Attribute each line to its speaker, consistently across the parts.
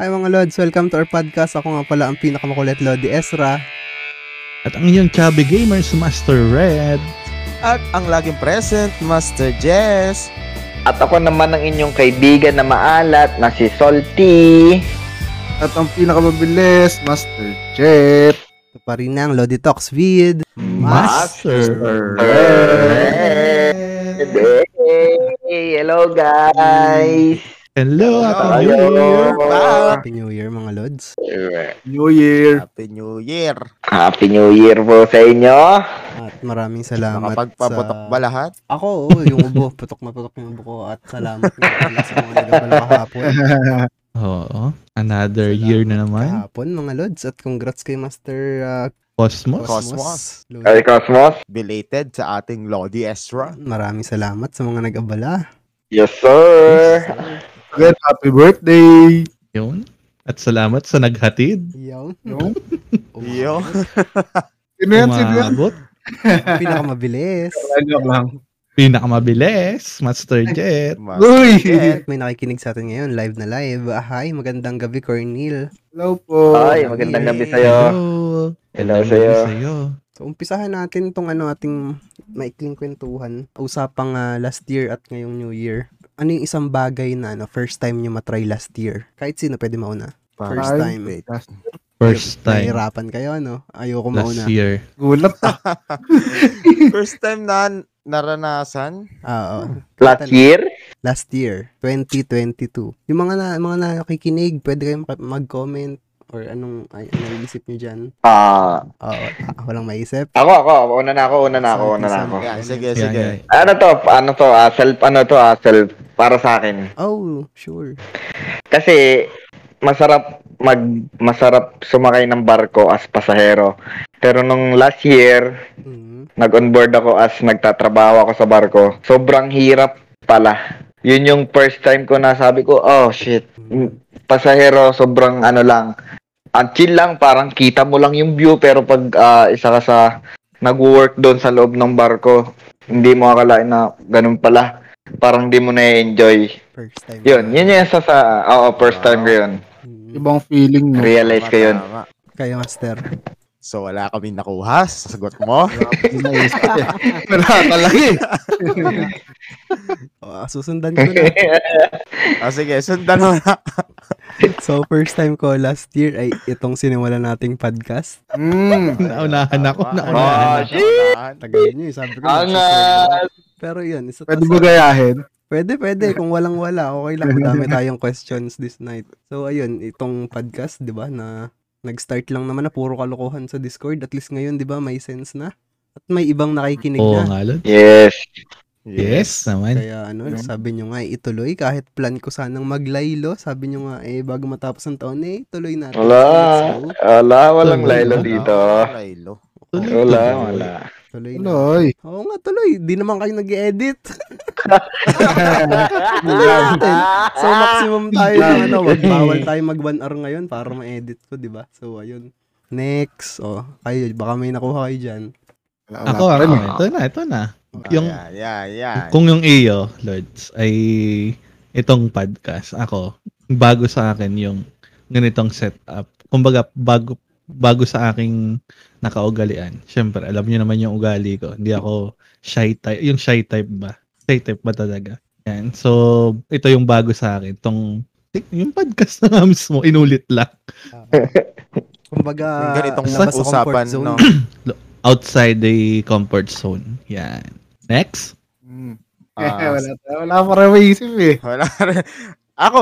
Speaker 1: Hi mga Lods, welcome to our podcast. Ako nga pala ang pinakamakulit Lodi Ezra.
Speaker 2: At ang inyong chubby gamers, Master Red.
Speaker 3: At ang laging present, Master Jess.
Speaker 4: At ako naman ang inyong kaibigan na maalat na si Salty.
Speaker 5: At ang pinakamabilis, Master Jet.
Speaker 1: Ito pa rin ang Lodi Talks with
Speaker 2: Master.
Speaker 4: Hey, hello guys!
Speaker 2: Hello at ang
Speaker 4: Hello.
Speaker 2: new year.
Speaker 1: Happy New Year mga Lods.
Speaker 5: New Year.
Speaker 3: Happy New Year.
Speaker 4: Happy New Year po sa inyo!
Speaker 1: At maraming salamat
Speaker 3: Nakapagpaputok ba lahat?
Speaker 1: Ako, oo, yung ubo. Putok na putok yung ubo ko. At salamat nga pala sa mga nagabala kahapon.
Speaker 2: Oo. Another year na naman.
Speaker 1: Kahapon mga Lods. At congrats kay Master ah,
Speaker 2: Cosmos.
Speaker 1: Cosmos.
Speaker 3: Cosmos.
Speaker 1: Lodi.
Speaker 4: Ay, Cosmos?
Speaker 3: Belated sa ating Lodi Ezra.
Speaker 1: Maraming salamat sa mga nag-abala.
Speaker 4: Yes, sir!
Speaker 5: Jet, happy birthday.
Speaker 2: Yun. At salamat sa naghatid.
Speaker 1: Yaw.
Speaker 5: Yung?
Speaker 3: Yo.
Speaker 5: Sino yan? Sino yan?
Speaker 2: Umabot.
Speaker 1: Pinakamabilis.
Speaker 5: Joke lang.
Speaker 2: Pinakamabilis. Master Jet.
Speaker 3: Master
Speaker 5: Uy!
Speaker 3: Jet.
Speaker 1: May nakikinig sa atin ngayon, live na live. Ah, Hi, magandang gabi, Cornel.
Speaker 5: Hello po.
Speaker 4: Ay, magandang gabi sa'yo.
Speaker 2: Hello.
Speaker 4: Hello
Speaker 2: Magandang
Speaker 4: sa'yo.
Speaker 2: gabi sa'yo.
Speaker 1: So, umpisahan natin itong ano, ating maikling kwentuhan. Usapang ah, last year at ngayong new year. Ano yung isang bagay na ano, first time nyo matry last year? Kahit sino pwede mauna. First
Speaker 5: Ay,
Speaker 1: time.
Speaker 5: last-
Speaker 2: First time.
Speaker 1: Nahirapan kayo, ano? Ayoko mauna.
Speaker 2: Last year.
Speaker 5: Gulat na.
Speaker 3: First time na naranasan.
Speaker 1: Ah, oo.
Speaker 4: Last year?
Speaker 1: Last year, 2022. Yung mga na, mga nakikinig, pwede kayong maka- mag-comment or anong ay, naisip nyo dyan.
Speaker 4: Ah,
Speaker 1: Oo, ah, walang maisip.
Speaker 4: ako, ako. Una na ako, una na ako, una na ako.
Speaker 3: Yeah, sige,
Speaker 2: Yan,
Speaker 3: sige.
Speaker 2: yan.
Speaker 4: Ano to? Ano to? ah, self, ano to? ah, self. Para sa akin.
Speaker 1: Oh, sure.
Speaker 4: Kasi masarap mag masarap sumakay ng barko as pasahero. Pero nung last year,
Speaker 1: Mm.
Speaker 4: nag-onboard ako as nagtatrabaho ako sa barko. Sobrang hirap pala. Yun yung first time ko na sabi ko, oh shit, Mm, pasahero sobrang ano lang. Ang chill lang, parang kita mo lang yung view pero pag ah, isa ka sa nag-work doon sa loob ng barko, hindi mo akalain na ganun pala. Parang di mo na-enjoy.
Speaker 1: First time.
Speaker 4: Yun, yun yung sa, sa oo, first time ko yun.
Speaker 1: Mm.
Speaker 5: Ibang feeling no.
Speaker 4: Realize
Speaker 3: Tama,
Speaker 4: ko yun.
Speaker 3: tama.
Speaker 1: Kayo, Master.
Speaker 3: So wala kami nakuha sa sagot mo.
Speaker 5: Wala ka lang eh.
Speaker 1: Oh, susundan ko na.
Speaker 3: Ah, sige, sundan mo na.
Speaker 1: So, first time ko last year ay itong sinimula nating podcast.
Speaker 5: Mm.
Speaker 2: Naunahan ako,
Speaker 3: Tama.
Speaker 2: naunahan
Speaker 4: Oh,
Speaker 2: ako.
Speaker 4: shit!
Speaker 3: Naunahan.
Speaker 1: Tagal nyo, eh, sabi ko.
Speaker 4: Angas!
Speaker 1: Pero yun, isa
Speaker 5: Pwede ba gayahin?
Speaker 1: Pwede, pwede. Kung walang-wala, okay lang. Madami tayong questions this night. So, ayun, itong podcast, di ba, na nag-start lang naman na puro kalokohan sa Discord. At least ngayon, di ba, may sense na. At may ibang nakikinig
Speaker 2: Oo
Speaker 1: na.
Speaker 2: nga, Lord.
Speaker 4: Yes.
Speaker 2: Yes naman.
Speaker 1: Kaya ano, sabi nyo nga, ituloy. Kahit plan ko sanang maglaylo, sabi nyo nga, eh, bago matapos ang taon, eh, tuloy natin.
Speaker 4: Wala.
Speaker 1: Let's go.
Speaker 4: Wala, walang
Speaker 2: Wala.
Speaker 4: Lilo dito.
Speaker 3: Lilo.
Speaker 4: Wala, wala.
Speaker 1: Tuloy na.
Speaker 5: Tuloy.
Speaker 1: Oo nga, tuloy. Di naman kayo nag-edit. Ano So maximum tayo ng ano, wag bawal tayo mag one hour ngayon para ma-edit ko, 'di ba? So ayun. Next, oh, kayo baka may nakuha kayo diyan.
Speaker 5: Wala, wala
Speaker 2: Ako,
Speaker 5: pa rin
Speaker 2: ako.
Speaker 5: eh.
Speaker 2: Ito na, ito na.
Speaker 3: Yung...
Speaker 2: Yung
Speaker 3: Yeah, yeah, yeah.
Speaker 2: Kung yung iyo, Lords, ay itong podcast, ako, bago sa akin yung ganitong setup. Kumbaga, bago, bago sa aking nakaugalian. Siyempre, alam niyo naman yung ugali ko. Hindi ako shy type. Yung shy type ba? Shy type ba talaga? Yan. So, ito yung bago sa akin. Tong, yung podcast na nga mismo, inulit lang.
Speaker 1: Kumbaga,
Speaker 3: Yung ganitong
Speaker 1: labas Ah, sa
Speaker 3: usapan,
Speaker 1: comfort zone.
Speaker 3: no?
Speaker 2: Outside the comfort zone. Yan. Next.
Speaker 5: Mm.
Speaker 3: Ah,
Speaker 5: wala, wala pa rin maisip eh.
Speaker 3: Wala rin. Ako,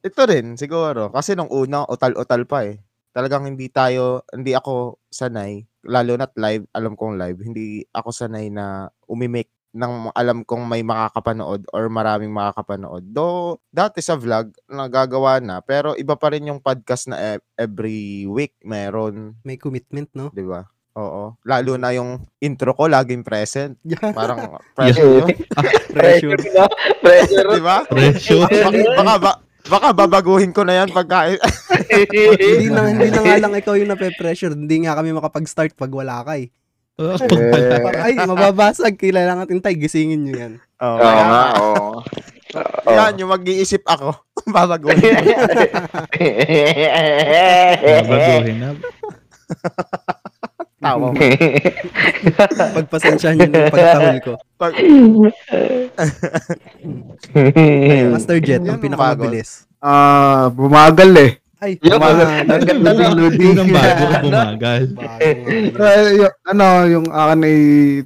Speaker 3: ito rin siguro. Kasi nung una, utal-utal pa eh. Talagang hindi tayo, hindi ako sanay. Lalo na't live, alam kong live. Hindi ako sanay na umimik ng alam kong may makakapanood or maraming makakapanood. Though, dati sa vlog, nagagawa na. Pero iba pa rin yung podcast na e- every week meron.
Speaker 1: May commitment, no?
Speaker 3: Di ba? Oo. Lalo na yung intro ko, laging present. Parang present
Speaker 4: Yes.
Speaker 3: yun.
Speaker 1: Pressure.
Speaker 4: no? Pressure.
Speaker 3: Di ba?
Speaker 2: Presyo.
Speaker 3: baka, baka, ba- baka babaguhin ko na yan pagka
Speaker 1: hindi na hindi na nga lang ikaw yung nape-pressure. Hindi nga kami makapag-start pag wala ka eh.
Speaker 2: Pagpala.
Speaker 1: Parang, ay, mababasag. Kailangan natin tayo. Gisingin nyo yan.
Speaker 3: Oh,
Speaker 4: Oo nga, oo. Oo.
Speaker 3: Yan, yung mag-iisip ako. Babaguhin.
Speaker 4: Eh,
Speaker 2: Babaguhin na.
Speaker 3: Tawa mo.
Speaker 1: Pagpasensyahan niyo yung pagtahol ko.
Speaker 3: Pag,
Speaker 1: Master Jet,
Speaker 3: Yan
Speaker 1: ang
Speaker 3: ang
Speaker 1: pinakamabilis.
Speaker 5: Ah, bumagal eh.
Speaker 1: Ay,
Speaker 4: Yung-
Speaker 1: bumagal.
Speaker 4: Ang ganda
Speaker 5: Loading,
Speaker 4: na.
Speaker 5: loading.
Speaker 2: Yun ang bago, bumagal.
Speaker 1: Bago.
Speaker 5: Ah, yung, ano, yung akin ay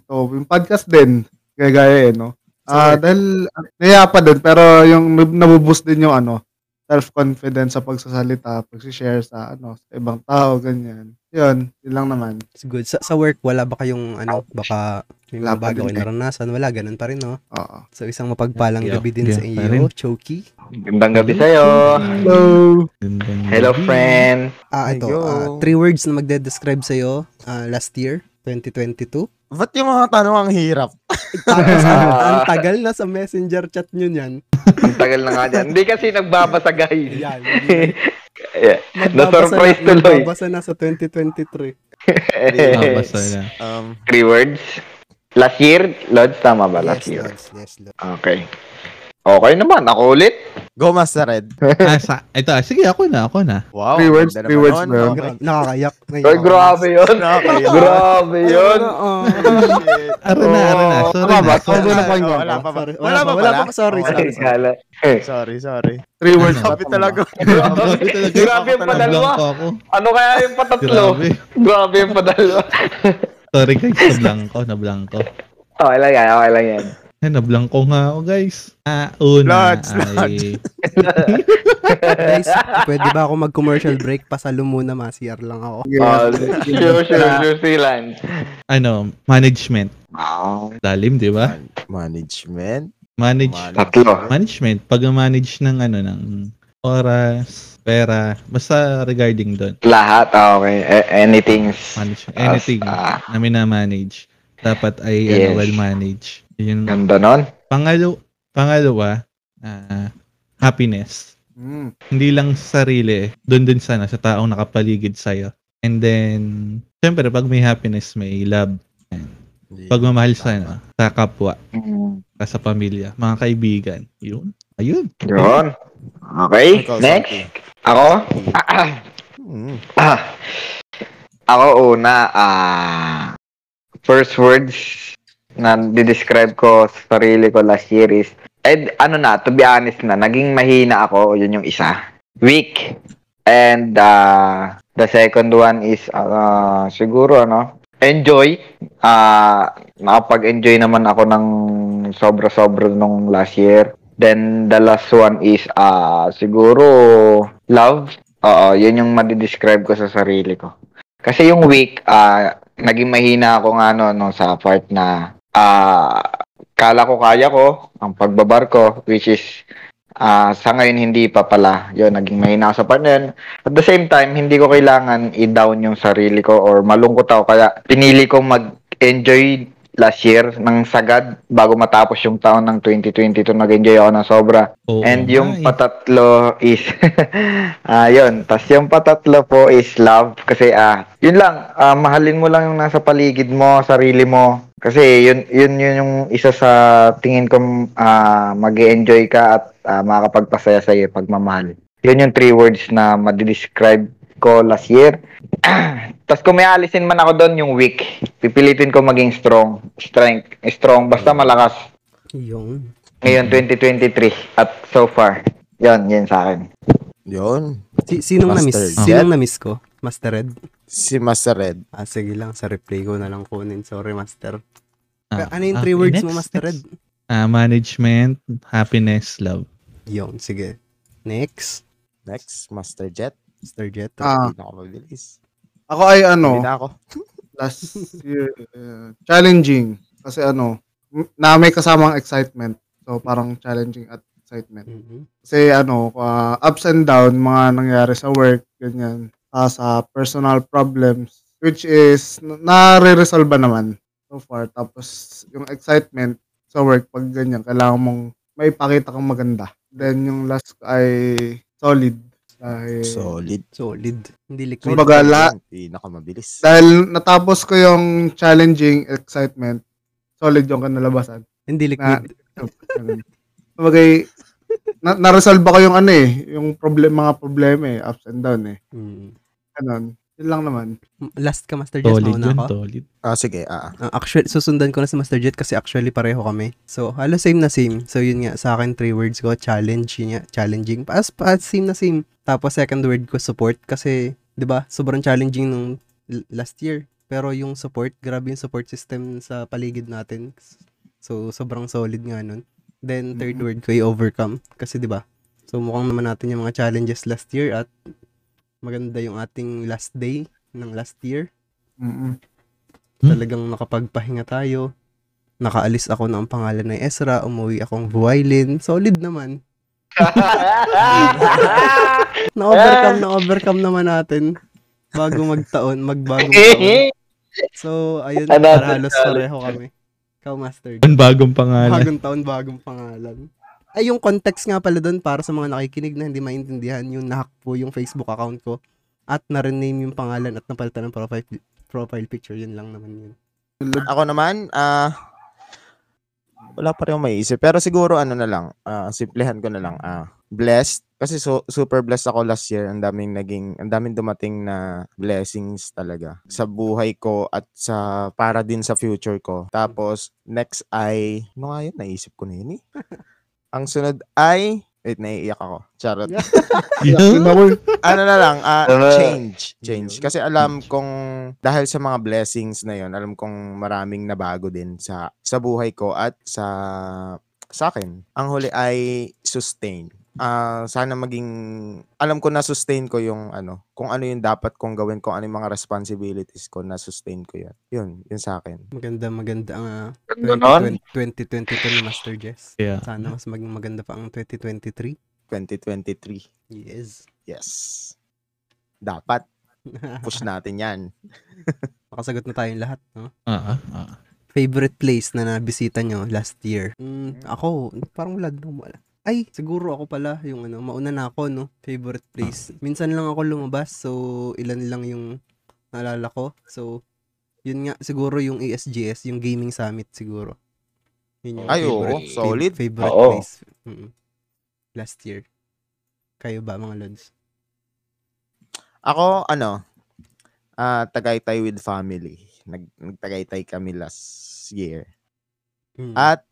Speaker 5: to, yung podcast din. Gaya-gaya eh, no? Ah, dahil ah, naya pa din, pero yung nab- nabuboost din yung ano, self-confidence sa pagsasalita, pag-share sa ano, sa ibang tao, ganyan. Yun, yun lang naman.
Speaker 1: It's good. Sa, sa work, wala ba kayong ano, baka may mga
Speaker 5: Wala pa
Speaker 1: bago
Speaker 5: din
Speaker 1: kayong
Speaker 5: eh.
Speaker 1: naranasan? Wala, ganun pa rin, no?
Speaker 5: Oo.
Speaker 1: So, isang mapagpalang
Speaker 2: Yeah,
Speaker 1: gabi din
Speaker 2: yeah,
Speaker 1: sa
Speaker 2: pa rin.
Speaker 1: inyo, Choki.
Speaker 4: Gandang gabi sa'yo.
Speaker 5: Hello!
Speaker 2: Gandang-
Speaker 4: Hello, friend.
Speaker 1: Ah, ito.
Speaker 3: Ayo.
Speaker 1: ah, three words na magde-describe sa'yo ah, last year, 2022.
Speaker 3: ba't yung mga tanong ang hirap?
Speaker 1: Tapos, ang,
Speaker 4: Ah.
Speaker 1: ang tagal na sa messenger chat nyo niyan.
Speaker 4: Ang tagal na nga dyan. Hindi kasi nagbabasa, guys.
Speaker 1: Ayan. hindi
Speaker 4: Yeah.
Speaker 1: na-
Speaker 4: Na-surprise
Speaker 1: na-
Speaker 4: tuloy.
Speaker 1: Nagbabasa na sa 2023.
Speaker 2: Ah, basta na.
Speaker 3: Um,
Speaker 4: Three words. Last year, Lods, tama ba? Last
Speaker 1: Yes,
Speaker 4: year.
Speaker 1: Lods. Yes, Lods.
Speaker 4: Okay. Okay naman. Ako ulit.
Speaker 3: go Master Red.
Speaker 2: Ah, sa, ito, ah, sige, ako na, ako na.
Speaker 3: Wow.
Speaker 5: Three
Speaker 3: ang
Speaker 5: words,
Speaker 3: ganda
Speaker 5: three
Speaker 3: naman
Speaker 5: words,
Speaker 3: nun.
Speaker 5: bro.
Speaker 3: Okay.
Speaker 1: Nakakayak.
Speaker 4: Ay, grabe yun.
Speaker 3: Grabe yun.
Speaker 4: Grabe
Speaker 5: Ano,
Speaker 4: yun.
Speaker 1: Oo.
Speaker 2: Aran na, aran na.
Speaker 3: Oh,
Speaker 2: Sorry
Speaker 5: Tama
Speaker 2: na.
Speaker 5: ba? Tama
Speaker 2: Sorry
Speaker 5: ba
Speaker 2: na.
Speaker 5: na point ko?
Speaker 3: Wala pa ba?
Speaker 1: Sorry.
Speaker 3: Wala
Speaker 1: Wala
Speaker 3: pa pala?
Speaker 1: pa ako, sorry,
Speaker 3: Oh, wala
Speaker 1: sorry,
Speaker 3: pa.
Speaker 4: Kala.
Speaker 3: Sorry, sorry.
Speaker 5: Three words.
Speaker 2: Ano?
Speaker 3: Kapit talaga.
Speaker 2: Sorry talaga.
Speaker 4: Grabe yung padalwa.
Speaker 2: Nablangko ako.
Speaker 4: Ano kaya yung patatlo?
Speaker 2: Grabe.
Speaker 4: Grabe yung padalwa.
Speaker 2: Sorry guys, nablangko, nablangko.
Speaker 4: okay lang yan. Okay lang yan.
Speaker 2: Ay, nablangko Eh, nga ako guys. Ah, una
Speaker 3: Lods,
Speaker 2: ay...
Speaker 1: Guys, pwede ba ako mag-commercial break? Pasalo muna, ma-CR lang ako.
Speaker 4: Oh, sure, sure, sure, Silan.
Speaker 2: ano, management.
Speaker 4: Wow.
Speaker 2: Lalim, di ba?
Speaker 3: Management.
Speaker 2: Manage,
Speaker 4: Tatlo.
Speaker 2: management. Pag-manage ng ano, ng oras, pera, basta regarding doon.
Speaker 4: Lahat. ah, Okay. A- Anything.
Speaker 2: Manage, anything
Speaker 4: Ah,
Speaker 2: na minamanage. Dapat ay ano,
Speaker 4: Yes.
Speaker 2: well managed. Yun.
Speaker 4: ganda nun.
Speaker 2: Pangalo, pangalawa, ah, happiness.
Speaker 5: Mm.
Speaker 2: Hindi lang sa sarili, doon din sana sa taong nakapaligid sa'yo. And then, syempre, pag may happiness, may love. Pagmamahal sa, ano, sa kapwa, sa pamilya, mga kaibigan. Yun. Ayun.
Speaker 4: Yun. Okay.
Speaker 3: Ikaw,
Speaker 4: Next.
Speaker 3: Santi.
Speaker 4: Ako? Ah, ah,
Speaker 3: Hmm.
Speaker 4: ah. Ako una. Ah, first words na describe ko sa sarili ko last year is and ano na, to be honest na, naging mahina ako, yun yung isa. Weak. And ah, the second one is ah, siguro ano, enjoy. Ah, nakapag-enjoy naman ako ng sobra-sobra nung last year. Then the last one is ah, siguro love. Oo, yun yung madidescribe ko sa sarili ko. Kasi yung week, ah, naging mahina ako nga no, no, sa part na ah, kala ko kaya ko ang pagbabar ko, which is ah, sa ngayon hindi pa pala. Yun, naging mahina ako sa part na yun. At the same time, hindi ko kailangan i-down yung sarili ko or malungkot ako. Kaya pinili ko mag-enjoy last year ng sagad bago matapos yung taon ng 2022. Nag-enjoy ako ng sobra.
Speaker 2: Oo
Speaker 4: And
Speaker 2: nga
Speaker 4: yung
Speaker 2: eh.
Speaker 4: patatlo is ah yun, tas yung patatlo po is love kasi ah yun lang ah, mahalin mo lang yung nasa paligid mo, sarili mo. Kasi yun yun yun yung isa sa tingin ko ah mag-enjoy ka at ah, makakapagpasaya sa iyo pagmamahal. Yun yung three words na madidescribe ko last year. tas kung may alisin man ako doon yung weak, pipilitin ko maging strong, strength, strong basta malakas
Speaker 1: Yung.
Speaker 4: ngayon 2023 at so far. Yon, yun sa akin.
Speaker 3: Yun.
Speaker 1: Si, sinong
Speaker 3: Master
Speaker 1: na-miss?
Speaker 3: Jet?
Speaker 1: Sinong na-miss ko? Master Red?
Speaker 3: Si Master Red.
Speaker 1: Ah, sige lang. Sa replay ko na lang kunin. Sorry, Master.
Speaker 2: Ah,
Speaker 1: ano yung
Speaker 2: ah,
Speaker 1: three
Speaker 2: okay,
Speaker 1: words
Speaker 2: next,
Speaker 1: mo, Master Red?
Speaker 2: next. Ah, management, happiness, love.
Speaker 1: Yun, sige. Next.
Speaker 3: Next, Master Jet.
Speaker 1: Master Jet.
Speaker 5: Ah,
Speaker 3: Hindi na ako mabilis.
Speaker 5: ako ay
Speaker 3: Hindi
Speaker 5: ano,
Speaker 3: na ako.
Speaker 5: last year, uh, challenging. Kasi ano, m- na may kasamang excitement. So, parang challenging at excitement.
Speaker 1: Mhm.
Speaker 5: Kasi ano, uh, ups and down, mga nangyari sa work, ganyan. Ah, sa personal problems, which is, n- nare-resolve ba naman so far. Tapos, yung excitement sa work, pag ganyan, kailangan mong may pakita kang maganda. Then, yung last ko ay solid. Dahil,
Speaker 3: Solid.
Speaker 1: Solid. Hindi liquid.
Speaker 5: Kumbaga, la,
Speaker 3: Hindi na ako mabilis.
Speaker 5: dahil natapos ko yung challenging excitement, solid yung kanalabasan.
Speaker 1: Hindi liquid.
Speaker 5: Bagay, na, na-resolve ako yung ano eh, yung problem, mga problema eh, ups and down eh.
Speaker 1: Mm.
Speaker 5: Ganun. Yun lang naman.
Speaker 1: Last ka, Master Jess,
Speaker 2: Solid
Speaker 1: mauna
Speaker 2: yun,
Speaker 1: ako.
Speaker 2: solid.
Speaker 3: Ah, sige, ah.
Speaker 1: Uh, actually, susundan ko na si Master Jet kasi actually pareho kami. So, halos same na same. So, yun nga, sa akin, three words ko, challenge, yun nga, challenging. As, as same na same. Tapos, second word ko, support. Kasi, di ba, sobrang challenging nung l- last year. Pero yung support, grabe yung support system sa paligid natin. So, sobrang solid nga nun. Then, third word ko, yung overcome. Kasi, di ba, so mukhang naman natin yung mga challenges last year at maganda yung ating last day ng last year
Speaker 5: Mm-mm.
Speaker 1: talagang nakapagpahinga tayo. Nakaalis ako ng pangalan ng Ezra, umuwi akong Buwailin. Solid naman. Na-overcome, na-overcome naman natin bago magtaon,
Speaker 4: Eh.
Speaker 1: magbagong taon. So, ayun,
Speaker 4: Another
Speaker 1: para halos
Speaker 4: challenge.
Speaker 1: pareho kami. Ikaw, Master.
Speaker 2: Ang bagong pangalan.
Speaker 1: Bagong taon, bagong pangalan. Ay, yung context nga pala doon para sa mga nakikinig na hindi maintindihan, yung nahack po yung Facebook account ko at na-rename yung pangalan at napalitan ng profile, profile picture. Yun lang naman yun.
Speaker 3: Ako naman, ah, wala pa rin akong maiisip. Pero siguro ano na lang, ah, simplehan ko na lang. Ah, blessed. Kasi so, super blessed ako last year. Ang daming naging, ang daming dumating na blessings talaga sa buhay ko at sa para din sa future ko. Tapos, next ay, ano nga yun? Naisip ko na yun eh. Ang sunod ay, wait, naiiyak ako. Charot.
Speaker 5: Yun ako eh.
Speaker 3: ano na lang, ah,
Speaker 4: Ano?
Speaker 3: change. Change. Kasi alam kong, dahil sa mga blessings na yon alam kong maraming nabago din sa, sa buhay ko at sa, sa akin. Ang huli ay sustain. Ah, sana maging, alam ko na sustain ko yung ano, kung ano yung dapat kong gawin, kung ano yung mga responsibilities ko na sustain ko yun. Yun, yun sa akin.
Speaker 1: Maganda, maganda ang ah,
Speaker 4: Ganon.
Speaker 1: 2020 2022 ni Master Jess.
Speaker 2: Yeah.
Speaker 1: Sana mas maging maganda pa ang 2023.
Speaker 3: 2023.
Speaker 1: Yes.
Speaker 3: Yes. Dapat. Push natin yan.
Speaker 1: Makasagot na tayong lahat, no?
Speaker 2: Ah, ah, ah.
Speaker 1: Favorite place na nabisita nyo last year? Mm, ako, parang wala din wala. Ay, siguro ako pala yung ano, mauna na ako, no? Favorite
Speaker 3: Ah.
Speaker 1: place. Minsan lang ako lumabas, so ilan lang yung naalala ko. So, yun nga, siguro yung E ASGS, yung Gaming Summit siguro. Yun yung
Speaker 3: Ay, oo,
Speaker 1: favorite, fav-
Speaker 3: solid.
Speaker 1: Favorite
Speaker 4: Oo.
Speaker 1: place. Mm. Last year. Kayo ba, mga lods?
Speaker 3: Ako, ano, ah Tagaytay with family. Nag, nagtagaytay kami last year.
Speaker 1: Mm.
Speaker 3: At,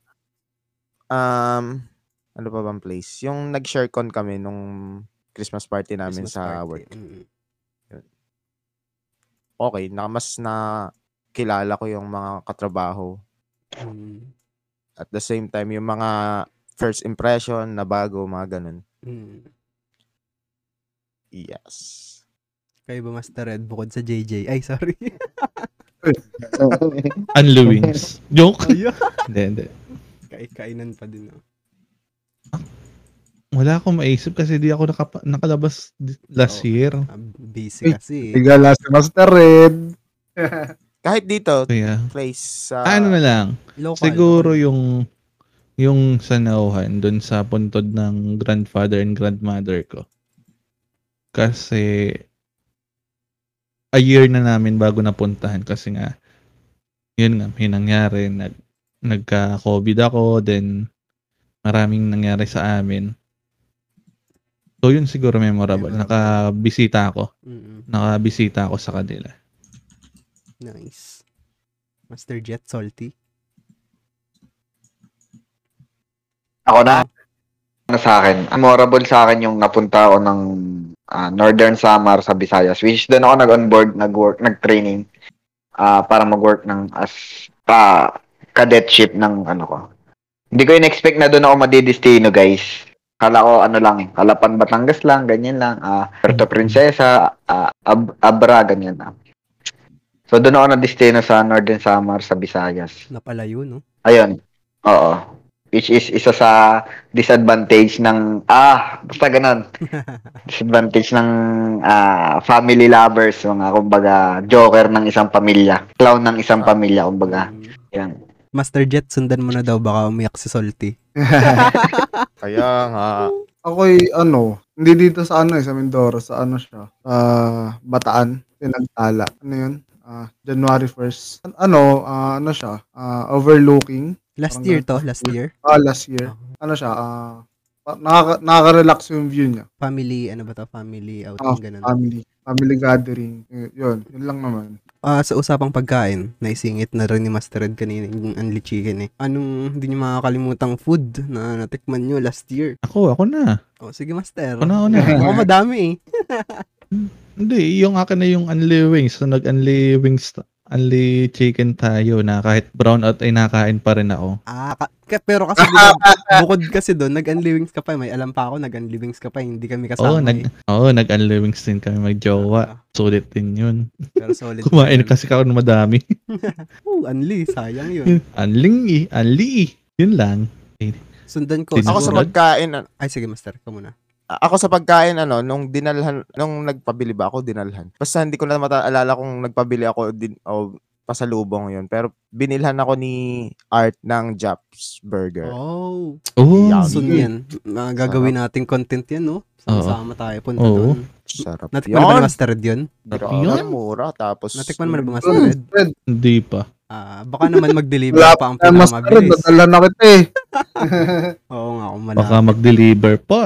Speaker 3: um, ano pa bang place? Yung nag-share con kami nung Christmas party namin
Speaker 1: Christmas party.
Speaker 3: sa work.
Speaker 1: Mm.
Speaker 3: Okay, na, mas na kilala ko yung mga katrabaho.
Speaker 1: Mm.
Speaker 3: At the same time, yung mga first impression na bago, mga ganun.
Speaker 1: Mm.
Speaker 3: Yes.
Speaker 1: Kayo ba, Master Red, bukod sa JJ? Ay, sorry.
Speaker 2: Unlewings. Joke.
Speaker 1: Ayun.
Speaker 2: Hindi, hindi.
Speaker 1: Kai- kainan pa din, ah. no?
Speaker 2: Wala akong maisip kasi di ako nakapa- nakalabas di- last
Speaker 1: Oo.
Speaker 2: year.
Speaker 1: Ah, Busy kasi. eh.
Speaker 5: Tigala si Master Red.
Speaker 3: Kahit dito,
Speaker 2: Kaya,
Speaker 3: place sa...
Speaker 2: ah, ano na lang.
Speaker 1: Local.
Speaker 2: Siguro yung yung sanauhan doon sa puntod ng grandfather and grandmother ko. Kasi a year na namin bago napuntahan kasi nga yun nga may nangyari nag nagka-COVID ako then maraming nangyari sa amin. So yun siguro memorable.
Speaker 1: Memorable.
Speaker 2: Nakabisita ako.
Speaker 1: Mm-mm.
Speaker 2: Nakabisita ako sa kanila.
Speaker 1: Nice. Master Jet Salty.
Speaker 4: Ako na. Ano sa akin? Memorable sa akin yung napunta ako ng ah, Northern Samar sa Visayas. Which doon ako nag-onboard, nag-work, nag-training ah, para mag-work ng as pa cadetship ng ano ko. Hindi ko in-expect na doon ako madidistino, guys. Kala ko ano lang, eh, Kalapan Batangas lang, ganyan lang. ah Puerto Princesa, ah, Ab- Abra, ganyan lang. So doon ako na-destino sa Northern Samar sa Visayas.
Speaker 1: Napalayo, no?
Speaker 4: Ayun. Oo. Which is isa sa disadvantage ng ah, basta ganun. disadvantage ng ah, family lovers, mga kumbaga joker ng isang pamilya, clown
Speaker 1: Ah.
Speaker 4: ng isang pamilya kumbaga.
Speaker 1: Mm.
Speaker 4: Yan.
Speaker 1: Master Jet, sundan mo na daw. Baka umiyak si Salty.
Speaker 3: Kaya nga.
Speaker 5: Ako ay ano, hindi dito sa ano eh, sa Mindoro, sa ano siya, sa Bataan, Pinagtala. Ano yun? Ah, January 1st. An- Ano, ah, ano siya, ah, overlooking,
Speaker 1: Last
Speaker 5: Parang
Speaker 1: year to, last year.
Speaker 5: ah, last year. Ano siya, ah, pa- nakaka- nakaka-relax yung view niya.
Speaker 1: Family, ano ba ta? Family outing,
Speaker 5: Oh,
Speaker 1: ganun.
Speaker 5: Family, family gathering. Y- Yun, yun lang naman.
Speaker 1: Ah, sa usapang pagkain, naisingit na rin ni Master Red kanina yung unli chicken eh. Anong hindi niyo makakalimutang food na natikman niyo last year?
Speaker 2: Ako, ako na.
Speaker 1: Oh, sige Master.
Speaker 2: Ako na, ako na.
Speaker 1: Ako madami eh.
Speaker 2: Hindi, yung akin na yung unli wings. So, nag-unli wings, ta- unli chicken tayo na kahit brown out ay nakain pa rin ako.
Speaker 1: Ah, ka- ka- pero kasi diba, bukod kasi doon, nag-unli wings ka pa. eh. May alam pa ako, nag-unli wings ka pa. eh. Hindi kami kasama.
Speaker 2: Oo, nag,
Speaker 1: eh.
Speaker 2: oo, nag-unli wings din kami magjowa.
Speaker 1: Ah,
Speaker 2: Sulit din yun.
Speaker 1: pero solid.
Speaker 2: Kumain kasi ako ng madami.
Speaker 1: Oh, unli. Sayang yun.
Speaker 2: Anling i, anli i. Yun lang.
Speaker 1: Sundan ko.
Speaker 2: Ako
Speaker 3: Ako sa
Speaker 1: siguro-
Speaker 3: pagkain, an-
Speaker 1: Ay, sige Master. Ka muna.
Speaker 3: ako sa pagkain ano, nung dinalhan, nung nagpabili ba ako, dinalhan. Basta hindi ko na mataalala kung nagpabili ako o din, o pasalubong yon Pero binilhan ako ni Art ng Japs Burger.
Speaker 1: Oh.
Speaker 2: Oh,
Speaker 3: Yummy.
Speaker 1: Soon
Speaker 3: Sige.
Speaker 1: yan. Ah, gagawin nating content yan, no? Sama-sama tayo. Punta
Speaker 2: Oo.
Speaker 1: doon.
Speaker 3: Sarap
Speaker 1: Natikman na ba
Speaker 3: yun.
Speaker 1: ni Master Red yun?
Speaker 3: Grabe,
Speaker 2: Yun.
Speaker 3: mura. Tapos, Mm,
Speaker 1: Natikman mo na ba Master
Speaker 5: Yun,
Speaker 1: Red?
Speaker 5: Fred,
Speaker 2: hindi pa.
Speaker 1: Ah, baka naman mag-deliver
Speaker 5: Wala
Speaker 1: pa ang
Speaker 5: eh, mas Fred,
Speaker 1: pinakamabilis.
Speaker 5: nadala na kita eh.
Speaker 1: Oo nga, kung
Speaker 2: Baka
Speaker 1: malaki.
Speaker 2: mag-deliver pa.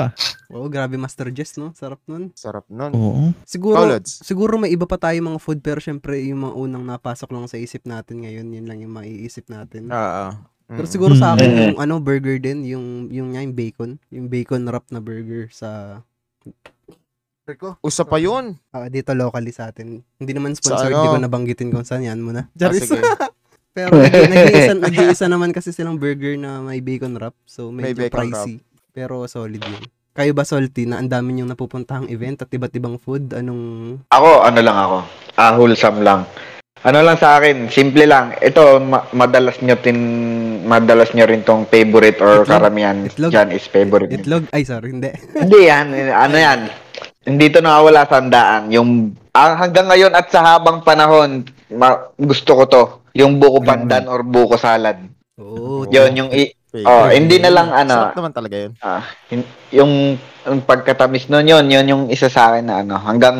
Speaker 1: Oo, grabe Master Jess, no? Sarap nun.
Speaker 3: Sarap nun.
Speaker 2: Oo.
Speaker 1: Siguro,
Speaker 3: College.
Speaker 1: siguro may iba pa tayo mga food pero syempre yung mga unang napasok lang sa isip natin ngayon, yun lang yung maiisip natin.
Speaker 3: Oo.
Speaker 1: Pero siguro sa
Speaker 2: Mm.
Speaker 1: akin
Speaker 4: Mm.
Speaker 1: yung ano burger din, yung yung nga yung bacon, yung bacon wrap na burger sa
Speaker 3: Usa pa yun.
Speaker 1: ah, dito locally sa atin. Hindi naman
Speaker 3: Sa
Speaker 1: sponsored,
Speaker 3: ano?
Speaker 1: hindi ko nabanggitin kung saan yan muna.
Speaker 3: Ah,
Speaker 1: Charis.
Speaker 3: sige.
Speaker 1: Pero nag- nag-iisa, nag-iisa naman kasi silang burger na may bacon wrap. So
Speaker 3: May
Speaker 1: medyo
Speaker 3: bacon
Speaker 1: pricey. Pero solid yun. Kayo ba, Salty, na ang dami niyong napupuntahang event at iba't ibang food? Anong...
Speaker 4: Ako, ano lang ako. Ah, wholesome lang. Ano lang sa akin, simple lang. Ito, ma- madalas nyo tin madalas nyo rin tong favorite or
Speaker 1: Itlog?
Speaker 4: karamihan
Speaker 1: Itlog?
Speaker 4: dyan is favorite. nyo.
Speaker 1: Itlog? Ay, sorry, hindi.
Speaker 4: Hindi yan, ano yan. Hindi to nakawala sa handaan. Yung ah, hanggang ngayon at sa habang panahon, ma- gusto ko to. Yung buko pandan or buko salad.
Speaker 1: Oo.
Speaker 4: Yun, yung i- Oh, hindi na lang, ano.
Speaker 3: Sarap naman talaga yun.
Speaker 4: yung, yung pagkatamis nun yun, yun yung isa sa akin na ano, hanggang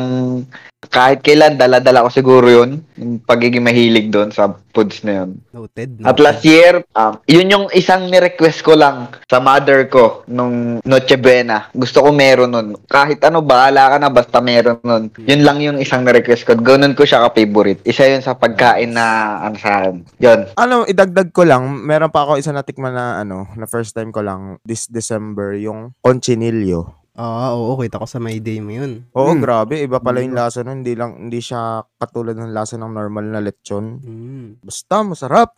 Speaker 4: kahit kailan, dala-dala ko siguro yun, yung pagiging mahilig doon sa foods na yun.
Speaker 1: Noted. noted.
Speaker 4: At last year, um, yun yung isang ni-request ko lang sa mother ko nung Noche Buena. Gusto ko meron nun. Kahit ano, bahala ka na, basta meron nun. Yun lang yung isang ni-request ko. Ganun ko siya ka-favorite. Isa yun sa pagkain na, ano sa akin. Yun.
Speaker 3: Ano, idagdag ko lang, meron pa ako isa natikman na ano, na first time ko lang this December, yung conchinillo.
Speaker 1: Ah, oo, kita ko sa my day mo yun.
Speaker 3: Oo,
Speaker 5: Mm.
Speaker 3: grabe, iba pala
Speaker 5: Mm.
Speaker 3: yung lasa nun, Hmm. hindi lang hindi siya katulad ng lasa ng normal na lechon.
Speaker 1: Mm.
Speaker 3: Basta masarap.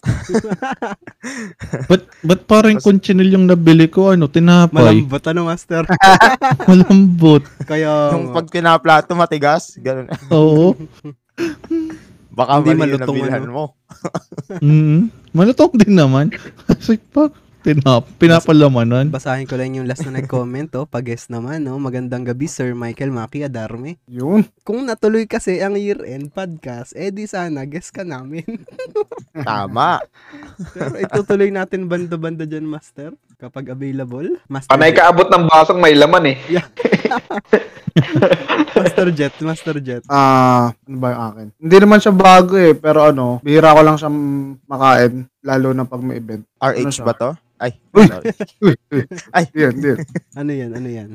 Speaker 2: But, but parang
Speaker 3: Tapos-
Speaker 2: kunchinil yung nabili ko, ano, tinapay.
Speaker 1: Malambot, ano, Master?
Speaker 2: Malambot.
Speaker 1: Kaya,
Speaker 3: yung pag pinaplato matigas, ganun.
Speaker 2: Oo.
Speaker 3: Baka
Speaker 1: Hindi
Speaker 3: hindi ano. mali yung
Speaker 1: malutong
Speaker 3: nabilhan mo.
Speaker 2: Mm. Malutok din naman. Kasi pa, tinap, pinapalamanan.
Speaker 1: basahin ko lang yung last na nag-comment, oh. Pag-guess naman, no? Magandang gabi, Sir Michael Maki Adarme.
Speaker 5: Yun.
Speaker 1: Kung natuloy kasi ang year-end podcast, eh di sana, guess ka namin.
Speaker 3: Tama.
Speaker 1: Pero itutuloy natin banda-banda dyan, Master. Kapag available. Master,
Speaker 4: Panay
Speaker 1: Jet,
Speaker 4: Ah, kaabot ng basong may laman eh.
Speaker 1: Master Jet, Master Jet.
Speaker 5: Ah, ano ba yung akin? Hindi naman siya bago eh, pero ano, bihira ko lang siya makain, lalo na pag may event.
Speaker 3: RH
Speaker 5: siya?
Speaker 3: ba to? Ay,
Speaker 5: Uy!
Speaker 3: sorry.
Speaker 5: Yun, yun. Ah,
Speaker 1: Ano yan, ano yan?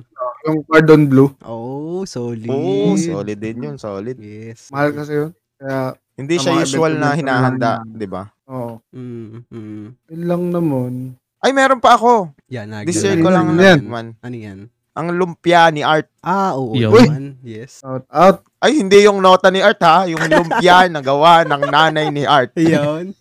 Speaker 5: Yung cordon blue,
Speaker 1: Oh, solid.
Speaker 3: Oo, solid din yun, solid.
Speaker 1: Yes.
Speaker 5: mahal kasi yun. Kaya,
Speaker 3: Hindi
Speaker 5: Ang
Speaker 3: siya
Speaker 5: mga
Speaker 3: usual na
Speaker 5: event-event na
Speaker 3: hinahanda,
Speaker 5: hinahanda.
Speaker 3: di ba?
Speaker 5: oo.
Speaker 1: Mm, mm.
Speaker 5: Yun lang naman.
Speaker 3: Ay, meron pa ako.
Speaker 1: Yan, nag-
Speaker 3: This year ko lang
Speaker 5: Yan.
Speaker 3: natikman.
Speaker 1: Ano yan?
Speaker 3: Ang lumpia ni Art.
Speaker 1: Ah, oo
Speaker 2: Yum.
Speaker 1: naman. Yes.
Speaker 5: Shout out.
Speaker 3: Ay, hindi yung nota ni Art ha. Yung lumpia na gawa ng nanay ni Art.
Speaker 1: Ayun.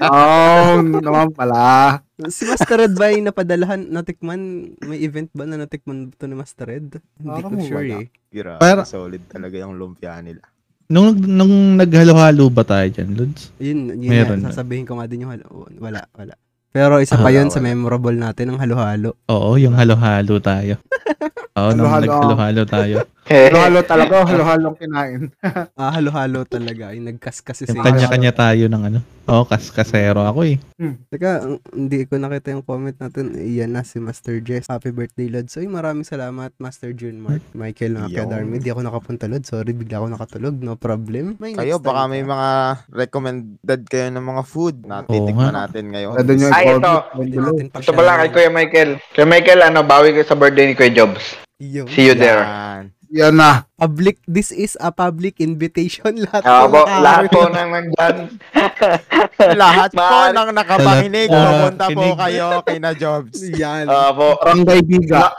Speaker 5: Oh, naman pala.
Speaker 1: si Master Red ba yung napadalahan, natikman? May event ba na natikman to ni Master Red? Hindi ko
Speaker 5: Parang
Speaker 1: sure
Speaker 5: wala.
Speaker 1: eh.
Speaker 3: Grabe,
Speaker 2: Para-
Speaker 3: solid talaga yung lumpia nila.
Speaker 2: Nung, nung naghalo-halo ba tayo dyan, Lods?
Speaker 1: Yun, yun yan.
Speaker 2: Meron Ah, na.
Speaker 1: Sasabihin ko nga din yung halo. Wala, wala. Pero isa pa
Speaker 3: Wala,
Speaker 1: yun sa
Speaker 3: wala.
Speaker 1: memorable natin, ang halo-halo.
Speaker 2: Oo, yung halo-halo tayo. Oo, nang
Speaker 5: Halo-halo.
Speaker 2: naghalo-halo tayo.
Speaker 4: Ano?
Speaker 5: Halo-halo talaga, oh. halo-halo kinain.
Speaker 1: Ah, halo-halo talaga. eh. Ay, nagkaskasi siya.
Speaker 2: Yung kanya-kanya tayo ng ano. Oo, kas kasero ako eh.
Speaker 1: Teka, ang- hindi ko nakita yung comment natin. Iyan na si Master Jess. Happy birthday, Lord. So, maraming salamat, Master June Mark. Michael,
Speaker 3: Yun.
Speaker 1: nakakadarmi. Hindi ako nakapunta, Lord. Sorry, bigla ako nakatulog. No problem. May next
Speaker 3: Kayo,
Speaker 1: time
Speaker 3: baka
Speaker 1: pa.
Speaker 3: may mga recommended kayo ng mga food na
Speaker 2: Oo
Speaker 3: titikman
Speaker 2: nga.
Speaker 3: natin ngayon.
Speaker 5: Pwede nyo
Speaker 4: Ay,
Speaker 5: i-call
Speaker 4: ito.
Speaker 5: it, may
Speaker 1: Hindi
Speaker 5: gulo.
Speaker 1: natin pa
Speaker 4: Ito pala kay Kuya Michael. Kuya Michael, ano, bawi ko sa birthday ni Kuya Jobs.
Speaker 1: Yun.
Speaker 4: See you there.
Speaker 3: Yan.
Speaker 5: Yan na.
Speaker 1: Public, this is a public invitation. Lahat
Speaker 4: Ah, po,
Speaker 1: nakaka-
Speaker 4: lahat po nang nandyan.
Speaker 3: Lahat po
Speaker 4: Mahal.
Speaker 3: ng nakapanginig,
Speaker 2: Lahat.
Speaker 3: pumunta po
Speaker 2: Kinig.
Speaker 3: kayo kay na Jobs.
Speaker 1: Yan.
Speaker 4: Ah, po.
Speaker 5: Barangay Biga.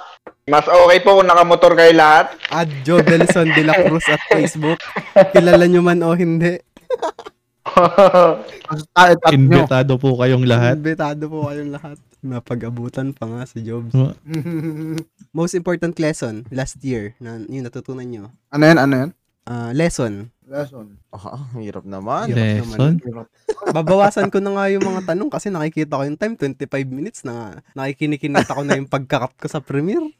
Speaker 4: Mas okay po kung nakamotor kayo lahat.
Speaker 1: At Joe Belson de la Cruz at Facebook. Kilala nyo man o hindi.
Speaker 5: Basta Ah, itat nyo.
Speaker 2: Invitado po kayong lahat.
Speaker 1: Betado po kayong lahat. Napag-abutan pa nga si Jobs. Most important lesson last year na yun natutunan nyo.
Speaker 5: ano yan, ano yan?
Speaker 1: Ah, lesson.
Speaker 5: Lesson.
Speaker 3: Oh, hirap naman.
Speaker 1: Hirap naman.
Speaker 2: Lesson.
Speaker 1: Babawasan ko na nga yung mga tanong kasi nakikita ko yung time, 25 minutes na nga. Nakikinikinita ko na yung pagkakap ko sa premiere.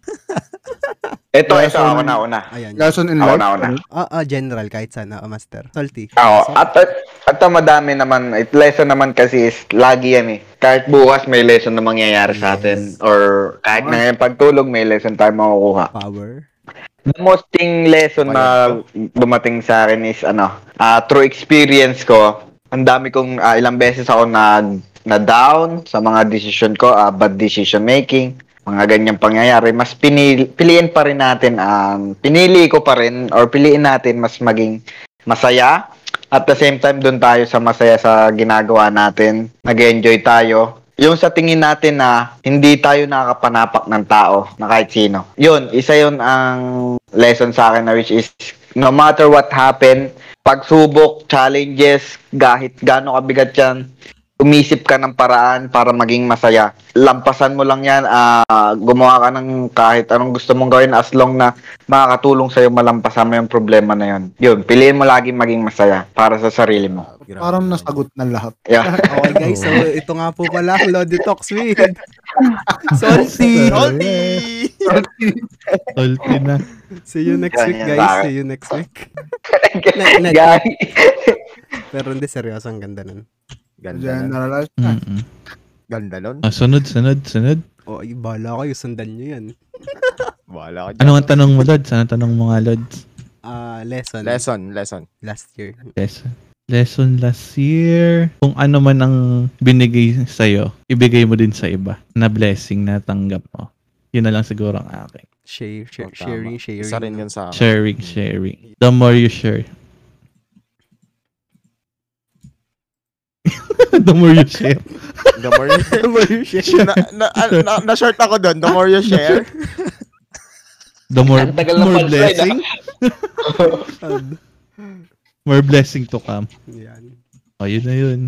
Speaker 4: Ito, ito, ako na, una.
Speaker 1: Ayan.
Speaker 5: Lesson in
Speaker 4: Ako
Speaker 5: life.
Speaker 4: na, ako na.
Speaker 1: Ah, ah, general, kahit sana, ah, master. Salty.
Speaker 4: Oo. At, at, at ang madami naman, it lesson naman kasi is, lagi yan eh. Kahit bukas may lesson na mangyayari sa atin. Or kahit na ngayon pagtulog, may lesson tayo makukuha.
Speaker 1: Power.
Speaker 4: The most thing lesson na dumating sa akin is, ano, ah, through experience ko, ang dami kong, ah, ilang beses ako na, na down sa mga decision ko, ah, bad decision making mga ganyang pangyayari, mas pinili, piliin pa rin natin, um, pinili ko pa rin or piliin natin mas maging masaya. At the same time, doon tayo sa masaya sa ginagawa natin. Nag-enjoy tayo. Yung sa tingin natin na hindi tayo nakakapanapak ng tao na kahit sino. Yun, isa yun ang lesson sa akin na which is no matter what happen, pagsubok, challenges, kahit gaano kabigat yan, umisip ka ng paraan para maging masaya. Lampasan mo lang yan, ah, gumawa ka ng kahit anong gusto mong gawin as long na makakatulong sa'yo malampasan mo yung problema na yun. Yun, piliin mo lagi maging masaya para sa sarili mo.
Speaker 5: Parang nasagot na lahat.
Speaker 4: Yeah.
Speaker 1: Okay guys, so ito nga po pala ang Lodi Talks with Salty.
Speaker 3: Salty!
Speaker 2: Salty na.
Speaker 1: See you next week
Speaker 4: Ganyan
Speaker 1: guys.
Speaker 4: tayo.
Speaker 1: See you next week. Na- na-
Speaker 4: Guys,
Speaker 1: Pero hindi seryoso ang ganda nun.
Speaker 3: Ganda, nun.
Speaker 5: Generalized
Speaker 1: Hmm.
Speaker 5: na.
Speaker 2: Mm-mm.
Speaker 3: ganda nun.
Speaker 2: Ah, sunod, sunod, sunod.
Speaker 1: O, Oh, ay, bahala kayo. Sundan nyo yan.
Speaker 3: Wala ka dyan.
Speaker 2: Ano ang tanong mo, Lods? Ano ang tanong mo nga, Lods?
Speaker 1: Ah, lesson.
Speaker 3: Lesson, lesson.
Speaker 1: last year.
Speaker 2: Lesson. Lesson last year. Kung ano man ang binigay sa'yo, ibigay mo din sa iba na blessing na tanggap mo. Yun na lang siguro ang akin.
Speaker 1: Share, share,
Speaker 3: Oh, tama.
Speaker 1: sharing, sharing.
Speaker 3: Isa rin yun sa akin.
Speaker 2: Sharing, sharing. The more you share. the more you share.
Speaker 3: The more you,
Speaker 1: The more you share.
Speaker 3: na, na, ah, na- na, short ako doon. The more you share.
Speaker 2: The more,
Speaker 4: Ang tagal ng
Speaker 2: more
Speaker 4: punchline, ah.
Speaker 2: blessing. More blessing to come.
Speaker 1: Yan.
Speaker 2: O, yun na yun.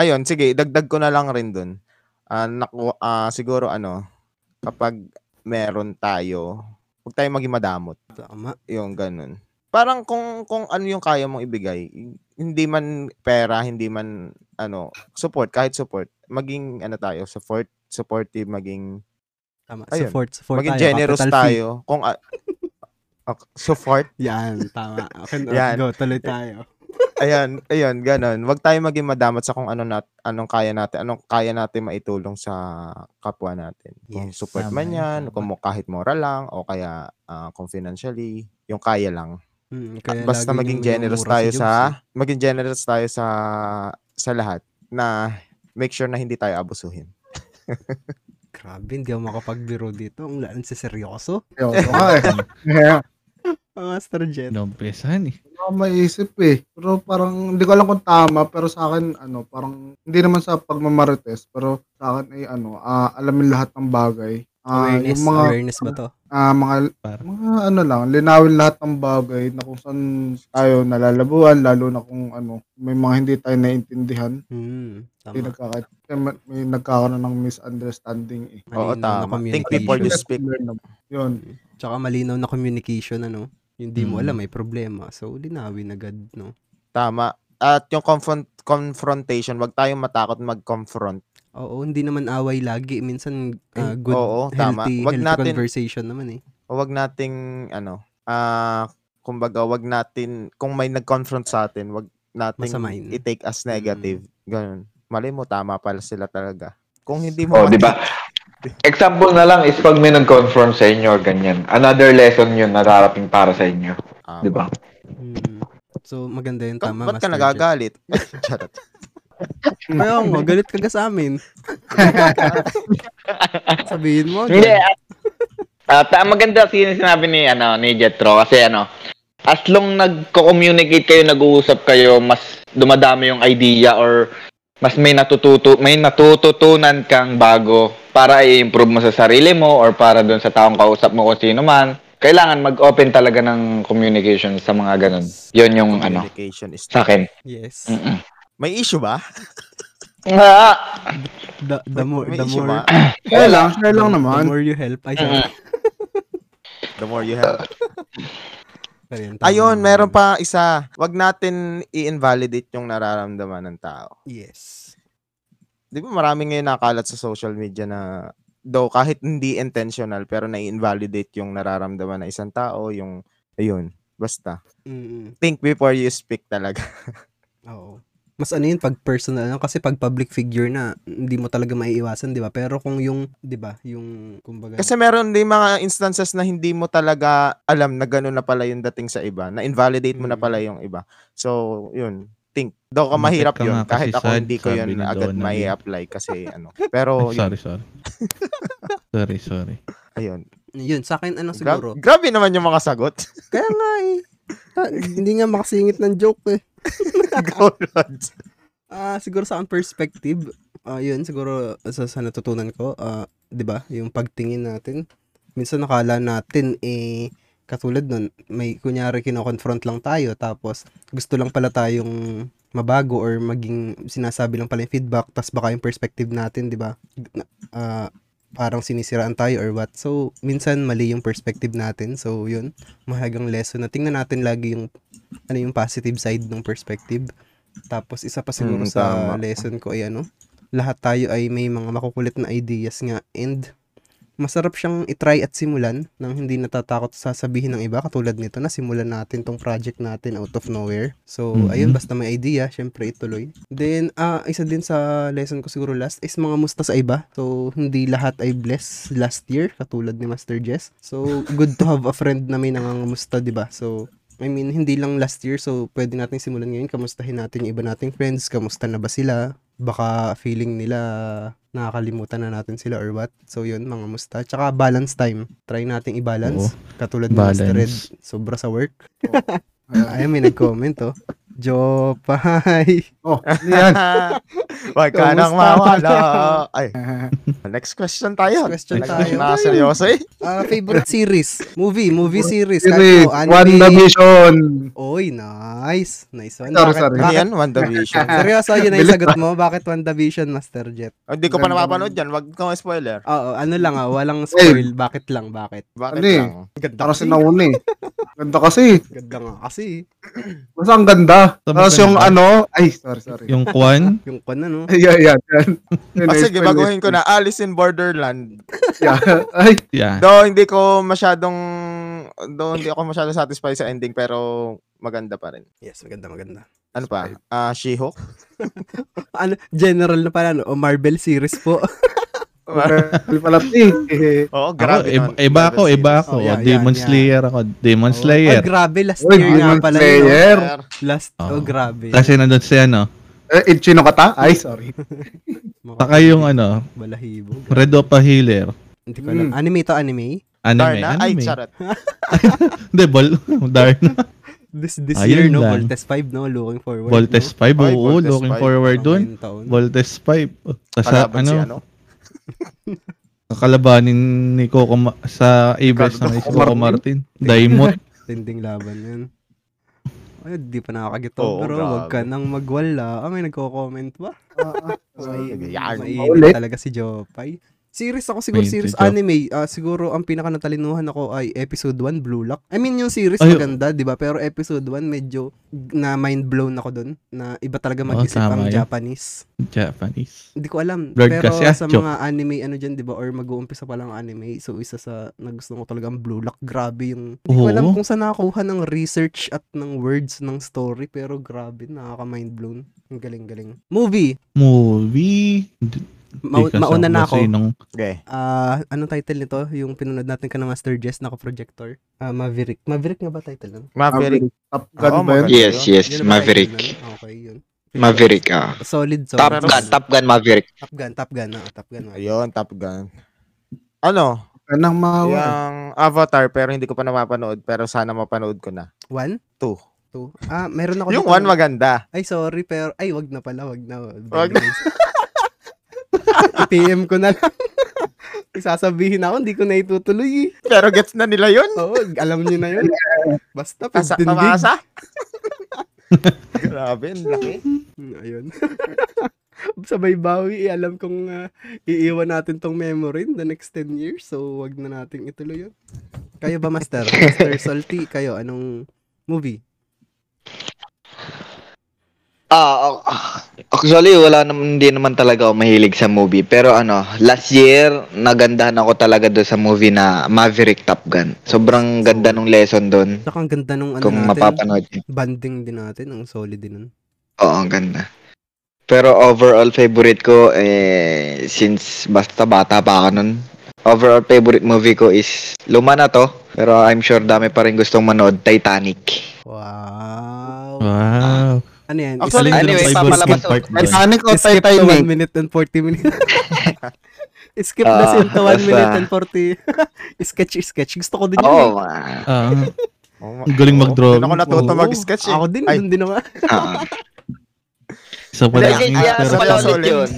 Speaker 3: Ayun, sige, dagdag ko na lang rin doon. Ah, naku, ah, siguro ano, kapag meron tayo, huwag tayo maging madamot.
Speaker 1: Tama.
Speaker 3: Yung ganun. Parang kung kung ano yung kaya mong ibigay, hindi man pera, hindi man ano, support, kahit support, maging ano tayo, support, supportive, maging
Speaker 1: Tama.
Speaker 3: Ayun.
Speaker 1: Support, support
Speaker 3: maging
Speaker 1: tayo.
Speaker 3: generous
Speaker 1: Capital
Speaker 3: tayo. Kung ah, ok, support,
Speaker 1: P. Yan, tama. Okay,
Speaker 3: Yan.
Speaker 1: go, tuloy tayo.
Speaker 3: ayan, ayan, ganun. Huwag tayo maging madamot sa kung ano nat, anong kaya natin, anong kaya natin maitulong sa kapwa natin. Kung
Speaker 1: Yes,
Speaker 3: support
Speaker 1: tama
Speaker 3: man
Speaker 1: yun,
Speaker 3: yan,
Speaker 1: tama.
Speaker 3: kung mo- kahit moral lang, o kaya ah, kung financially, yung kaya lang.
Speaker 1: Hmm,
Speaker 3: At
Speaker 1: kaya
Speaker 3: basta
Speaker 1: lagi
Speaker 3: maging
Speaker 1: niyong
Speaker 3: generous
Speaker 1: minumura
Speaker 3: tayo
Speaker 1: si Jobs, eh.
Speaker 3: sa, maging generous tayo sa, sa lahat na make sure na hindi tayo abusuhin.
Speaker 1: Grabe, hindi ako makapagbiro dito. Ang laan si seryoso.
Speaker 5: Seryoso ka eh. Yeah.
Speaker 1: Ah, Master Jet.
Speaker 2: Inumpisahan eh.
Speaker 5: Wala akong maisip eh. Pero parang, hindi ko alam kung tama, pero sa akin, ano, parang, hindi naman sa pagmamarites, pero sa akin ay, ano, ah, alamin lahat ng bagay. Ah,
Speaker 1: Awareness,
Speaker 5: yung mga,
Speaker 1: awareness ba to?
Speaker 5: ah, mga
Speaker 2: Parang-
Speaker 5: mga ano lang, linawin lahat ng bagay na kung saan tayo nalalabuan, lalo na kung ano, may mga hindi tayo naiintindihan.
Speaker 1: Hmm, tama.
Speaker 5: May, nagkaka- may, may nagkakaroon ng misunderstanding eh.
Speaker 1: Malinaw
Speaker 3: Oo,
Speaker 1: na
Speaker 3: tama. Think
Speaker 1: communication.
Speaker 3: before you speak.
Speaker 5: Learn na- Yun.
Speaker 1: Tsaka malinaw na communication, ano? Hindi mo
Speaker 2: Hmm.
Speaker 1: alam, may problema. So, linawin agad, no?
Speaker 3: Tama. At yung confront, confrontation, wag tayong matakot mag-confront
Speaker 1: Oo, hindi naman away lagi. Minsan, ah, good,
Speaker 3: Oo, tama.
Speaker 1: healthy,
Speaker 3: Wag
Speaker 1: healthy
Speaker 3: natin-
Speaker 1: conversation naman eh.
Speaker 3: Huwag nating ano, ah kumbaga wag natin kung may nag-confront sa atin, wag nating
Speaker 1: Masamain. Mm.
Speaker 3: i-take as negative. Ganun. Malay mo tama pala sila talaga. Kung hindi mo
Speaker 4: Oh, di
Speaker 6: diba?
Speaker 4: ba? Example na lang is pag may nag-confront sa inyo or ganyan. Another lesson yun na darating para sa inyo.
Speaker 3: Ah,
Speaker 6: Diba?
Speaker 4: Di ba?
Speaker 1: Mm. So, maganda yun. Tama,
Speaker 3: Tama, ba't ka
Speaker 1: Master
Speaker 3: nagagalit? Charot.
Speaker 1: Jet. Kaya nga, galit ka ka sa amin. Sabihin mo.
Speaker 6: Hindi.
Speaker 1: ganun.
Speaker 6: Ah, ta- maganda sin sinabi ni ano ni Jetro kasi ano as long nagko-communicate kayo, nag-uusap kayo, mas dumadami yung idea or mas may natututo, may natututunan kang bago para i-improve mo sa sarili mo or para doon sa taong kausap mo kung sino man. Kailangan mag-open talaga ng communication sa mga ganun. Yun yung ano,
Speaker 3: Communication is
Speaker 6: sa akin.
Speaker 1: Yes.
Speaker 6: Mm-mm.
Speaker 3: May issue ba?
Speaker 6: Ah!
Speaker 1: The, the more,
Speaker 3: May
Speaker 1: the
Speaker 3: issue
Speaker 1: more,
Speaker 3: ba?
Speaker 5: Share lang, share lang
Speaker 1: the
Speaker 5: naman.
Speaker 1: more you help. Ay,
Speaker 6: Mm-mm.
Speaker 3: The more you have.
Speaker 1: sorry. Ayun, tama
Speaker 3: Ayun,
Speaker 1: naman.
Speaker 3: meron pa isa. Wag natin i-invalidate yung nararamdaman ng tao.
Speaker 1: Yes.
Speaker 3: Di ba marami ngayon nakalat sa social media na daw kahit hindi intentional pero nai-invalidate yung nararamdaman ng isang tao, yung ayun, basta.
Speaker 1: Mm-mm.
Speaker 3: Think before you speak talaga.
Speaker 1: Oo. Mas ano yun, pag personal lang. Kasi pag public figure na, hindi mo talaga maiiwasan, di ba? Pero kung yung, di ba, yung,
Speaker 2: Hmm.
Speaker 1: kumbaga,
Speaker 3: Kasi meron din mga instances na hindi mo talaga alam na gano'n na pala yung dating sa iba, na invalidate mo
Speaker 1: Mm.
Speaker 3: na pala yung iba. So, yun, think. Daw ka
Speaker 2: Bakit
Speaker 3: mahirap
Speaker 2: Hmm. ka
Speaker 3: yun.
Speaker 2: nga kasi
Speaker 3: Kahit ako
Speaker 2: sad,
Speaker 3: hindi ko
Speaker 2: sabi
Speaker 3: yun
Speaker 2: ni
Speaker 3: agad
Speaker 2: Donna
Speaker 3: may
Speaker 2: Lee.
Speaker 3: apply kasi ano. Pero,
Speaker 2: Ay,
Speaker 3: yun,
Speaker 2: sorry, sorry. sorry, sorry.
Speaker 3: ayun.
Speaker 1: yun, sa akin, ano
Speaker 3: Gra-
Speaker 1: siguro,
Speaker 3: grabe naman yung mga sagot.
Speaker 1: Kaya nga eh. Ta- hindi nga makasingit ng joke eh.
Speaker 3: Go, Lods.
Speaker 1: Ah, siguro sa akin perspective, ah, yun siguro sa, sa natutunan ko, ah, 'di ba? Yung pagtingin natin. Minsan nakala natin eh katulad nun, may kunyari kino-confront lang tayo tapos gusto lang pala tayong mabago or maging sinasabi lang pala yung feedback tas baka yung perspective natin, 'di ba? Na- ah, parang sinisiraan tayo or what. So, minsan mali yung perspective natin. So, yun, mahalagang lesson na tingnan natin lagi yung ano yung positive side ng perspective. Tapos isa pa siguro
Speaker 3: Mm,
Speaker 1: sa
Speaker 3: tama.
Speaker 1: lesson ko ay ano, lahat tayo ay may mga makukulit na ideas nga and masarap siyang itry at simulan nang hindi natatakot sasabihin ng iba katulad nito na simulan natin tong project natin out of nowhere. So,
Speaker 2: Mhm.
Speaker 1: ayun, basta may idea, syempre ituloy. Then, ah, isa din sa lesson ko siguro last is mga musta sa iba. So, hindi lahat ay blessed last year, katulad ni Master Jess. So, good to have a friend na may nangangamusta, di ba? So, I mean, hindi lang last year, so pwede natin simulan ngayon. Kamustahin natin yung iba nating friends. Kamusta na ba sila? Baka feeling nila nakakalimutan na natin sila or what. So, yun, mga musta. Tsaka balance time. Try nating i-balance. Katulad ni Master Red,
Speaker 2: Balance.
Speaker 1: sobra sa work.
Speaker 5: Ayan.
Speaker 1: Ay, may nag-comment, oh. Jopay.
Speaker 5: Oh, yan.
Speaker 3: Wag ka nang
Speaker 1: Kamusta?
Speaker 3: mawala. Ay, next question tayo.
Speaker 1: Next question
Speaker 3: Next
Speaker 1: tayo.
Speaker 3: question na seryoso eh.
Speaker 1: Ah, favorite series? Movie, movie series. Kahit
Speaker 5: Series,
Speaker 1: ano, anime.
Speaker 5: WandaVision.
Speaker 1: Oy, nice. Nice one.
Speaker 5: Sorry,
Speaker 1: Bakit-
Speaker 5: sorry.
Speaker 3: Ano
Speaker 1: bakit-
Speaker 3: yan? WandaVision.
Speaker 1: Seryoso, yun na yung sagot mo. Bakit WandaVision, Master Jet?
Speaker 3: Oh, Hindi ko pa
Speaker 5: Ganda
Speaker 3: napapanood yan. Wag kang spoiler.
Speaker 1: Oo, ano lang ah, walang spoil. Bakit lang, bakit?
Speaker 3: Bakit
Speaker 5: Ano eh?
Speaker 3: lang?
Speaker 1: Ganda
Speaker 5: Para sinauna eh. Ganda kasi.
Speaker 1: Ganda nga kasi.
Speaker 5: Basta ang ganda.
Speaker 2: Tama
Speaker 5: Tapos
Speaker 2: ka
Speaker 5: yung
Speaker 2: na ba?
Speaker 5: ano, ay, sorry, sorry.
Speaker 2: Yung Kwan,
Speaker 1: Yung kwan ano.
Speaker 5: Ayan, yan, yan. Yun,
Speaker 3: Ah,
Speaker 5: eh,
Speaker 3: sige,
Speaker 5: spoil
Speaker 3: baguhin
Speaker 5: it.
Speaker 3: ko na. Alice in Borderland.
Speaker 5: Yeah. Ay,
Speaker 2: yeah.
Speaker 3: Though hindi ko masyadong... Though hindi ako masyadong satisfied sa ending pero maganda pa rin.
Speaker 1: Yes, maganda, maganda.
Speaker 3: Ano pa? Ah, She-Hulk?
Speaker 1: Ano, general na pala, no? O Marvel series po.
Speaker 5: well, pala eh.
Speaker 2: Ako,
Speaker 3: Oo,
Speaker 2: Ah,
Speaker 3: grabe.
Speaker 2: iba,
Speaker 3: naman.
Speaker 2: iba ako,
Speaker 3: Grabe
Speaker 2: iba
Speaker 3: series.
Speaker 2: ako.
Speaker 1: Oh, yeah,
Speaker 2: Demon
Speaker 1: yeah, yeah.
Speaker 2: Slayer ako. Demon Slayer.
Speaker 1: Oh, grabe, last
Speaker 5: Uy,
Speaker 1: year nga
Speaker 5: Demon
Speaker 1: pala. yun, no?
Speaker 5: Slayer.
Speaker 1: Last, oh,
Speaker 2: Oh.
Speaker 1: grabe.
Speaker 2: Kasi nandun si ano,
Speaker 5: Eh, Ichino ka ta? Ay, sorry.
Speaker 2: saka yung ano,
Speaker 1: Balahibo. grabe.
Speaker 2: Red Opa Healer.
Speaker 1: Hindi ko alam.
Speaker 5: Mm.
Speaker 1: Anime to anime?
Speaker 2: Anime,
Speaker 3: Darna? Ay,
Speaker 2: anime.
Speaker 3: charot.
Speaker 2: Hindi, Bol, Darna.
Speaker 1: This this year,
Speaker 2: Ayun
Speaker 1: no?
Speaker 2: lang.
Speaker 1: Voltes 5, no? Looking forward.
Speaker 2: Voltes
Speaker 1: no?
Speaker 2: 5,
Speaker 3: Ay,
Speaker 2: oo,
Speaker 3: Voltes
Speaker 2: looking
Speaker 3: 5.
Speaker 2: forward
Speaker 1: Mga
Speaker 2: doon.
Speaker 1: Ano ngayon taon.
Speaker 2: Voltes 5. Tapos
Speaker 3: Kalaban si
Speaker 2: ano,
Speaker 3: ano?
Speaker 2: kakalabanin ni Coco Ma- sa Aves
Speaker 3: Ricardo
Speaker 2: na may si
Speaker 3: Coco
Speaker 2: Coco Martin. Daimot.
Speaker 1: Tinding laban yan. Ay, di pa nakakagito,
Speaker 3: Oo,
Speaker 1: bro. Huwag ka
Speaker 3: grabe.
Speaker 1: nang magwala. Ah, may nagko-comment ba?
Speaker 5: Ah, ah, sorry.
Speaker 3: Sige, yan.
Speaker 1: Mainit
Speaker 5: Ulit.
Speaker 1: talaga si Jopay. Series ako siguro,
Speaker 2: Ayun,
Speaker 1: series
Speaker 2: si Joe.
Speaker 1: anime. ah, siguro ang pinaka natalinuhan ako ay episode 1, Blue Lock. I mean, yung series
Speaker 2: Ay,
Speaker 1: maganda, di ba? Pero episode 1, medyo na mind-blown ako dun. Na iba talaga
Speaker 2: Oo,
Speaker 1: mag-isip
Speaker 2: Oh, tama
Speaker 1: ang
Speaker 2: yun.
Speaker 1: Japanese.
Speaker 2: Japanese.
Speaker 1: Hindi ko alam.
Speaker 2: Blurred
Speaker 1: pero
Speaker 2: kasi, ah,
Speaker 1: sa
Speaker 2: Joe.
Speaker 1: mga anime, ano dyan, di ba? Or mag-uumpisa pa lang ang anime. So, isa sa nagustuhan ko talaga ang Blue Lock. Grabe yung... Hindi ko
Speaker 2: Oo.
Speaker 1: alam kung saan nakakuha ng research at ng words ng story. Pero grabe, nakaka-mind-blown. Ang galing-galing. Movie.
Speaker 2: Movie.
Speaker 1: Ma- mauna na ako.
Speaker 2: Nung,
Speaker 3: Okay.
Speaker 1: Ah, anong title nito? Yung pinunod natin ka na Master Jess na projector. Ah, Maverick. Maverick nga ba title nun?
Speaker 3: Maverick.
Speaker 5: Top Gun
Speaker 3: Oo,
Speaker 5: ba
Speaker 3: maganda.
Speaker 5: yun?
Speaker 4: Yes, yes.
Speaker 1: Yun na ba
Speaker 4: Maverick.
Speaker 1: title nun? Okay, yun.
Speaker 4: Maverick, ah.
Speaker 1: Solid, solid.
Speaker 4: Top Gun, Top Gun, Maverick.
Speaker 1: Top Gun, Top Gun. Ah, Top Gun. ah.
Speaker 3: Ayun, Top Gun. Ano?
Speaker 5: Kanang mawa.
Speaker 3: Yung Avatar pero hindi ko pa napapanood pero sana mapanood ko na.
Speaker 1: One?
Speaker 3: Two.
Speaker 1: Two. Ah, meron ako.
Speaker 3: Yung
Speaker 1: dito.
Speaker 3: one maganda.
Speaker 1: Ay, sorry, pero... Ay, wag na pala, wag na.
Speaker 3: Wag na.
Speaker 1: PM ko na lang. Isasabihin ako, hindi ko na itutuloy. eh.
Speaker 3: Pero gets na nila yun.
Speaker 1: Oo, alam niyo na yun. Basta,
Speaker 3: Asa,
Speaker 1: 15 gig.
Speaker 3: pamasa. Grabe, ang laki.
Speaker 1: Mm, Ayun. Sabay bawi, eh, alam kong ah, iiwan natin tong memory in the next 10 years. So, wag na nating ituloy yun. Kayo ba, Master? Master Salty, kayo, anong movie?
Speaker 4: Ah, ah, ah. actually, wala naman, hindi naman talaga ako mahilig sa movie. Pero ano, last year, nagandahan ako talaga doon sa movie na Maverick Top Gun. Sobrang ganda nung lesson doon.
Speaker 1: Saka ang ganda nung ano
Speaker 4: Kung
Speaker 1: natin.
Speaker 4: mapapanood niyo.
Speaker 1: Banding din natin. Ang solid din nun.
Speaker 4: Oo, ang ganda. Pero overall favorite ko, eh, since basta bata pa ako nun, overall favorite movie ko is, luma na to, pero I'm sure dami pa rin gustong manood, Titanic.
Speaker 1: Wow.
Speaker 2: wow.
Speaker 1: Ano yan?
Speaker 3: Actually,
Speaker 1: Isa-
Speaker 4: anyway,
Speaker 2: Anyway,
Speaker 4: papalabas
Speaker 2: part
Speaker 4: ako.
Speaker 2: ba yan?
Speaker 5: Titanic o
Speaker 1: skip to 1
Speaker 5: Titanic?
Speaker 1: minute and 40 minutes. skip na
Speaker 4: Ah,
Speaker 1: siya to 1
Speaker 4: basta.
Speaker 1: minute and 40. sketch, sketch. Gusto ko din yun. eh.
Speaker 4: Oo, ah,
Speaker 2: Ah,
Speaker 3: Oh, ma-
Speaker 2: Ang galing
Speaker 3: oo,
Speaker 2: mag-drawing.
Speaker 3: Doon ako natuto
Speaker 1: Oo,
Speaker 3: mag-sketch eh.
Speaker 1: Ako din,
Speaker 3: Ay,
Speaker 1: doon din ako.
Speaker 4: ah.
Speaker 2: isa pa lang.
Speaker 4: Kasi
Speaker 2: yung
Speaker 4: kaya
Speaker 2: pero-
Speaker 3: sa
Speaker 4: pala
Speaker 3: Pasol
Speaker 4: ulit yun.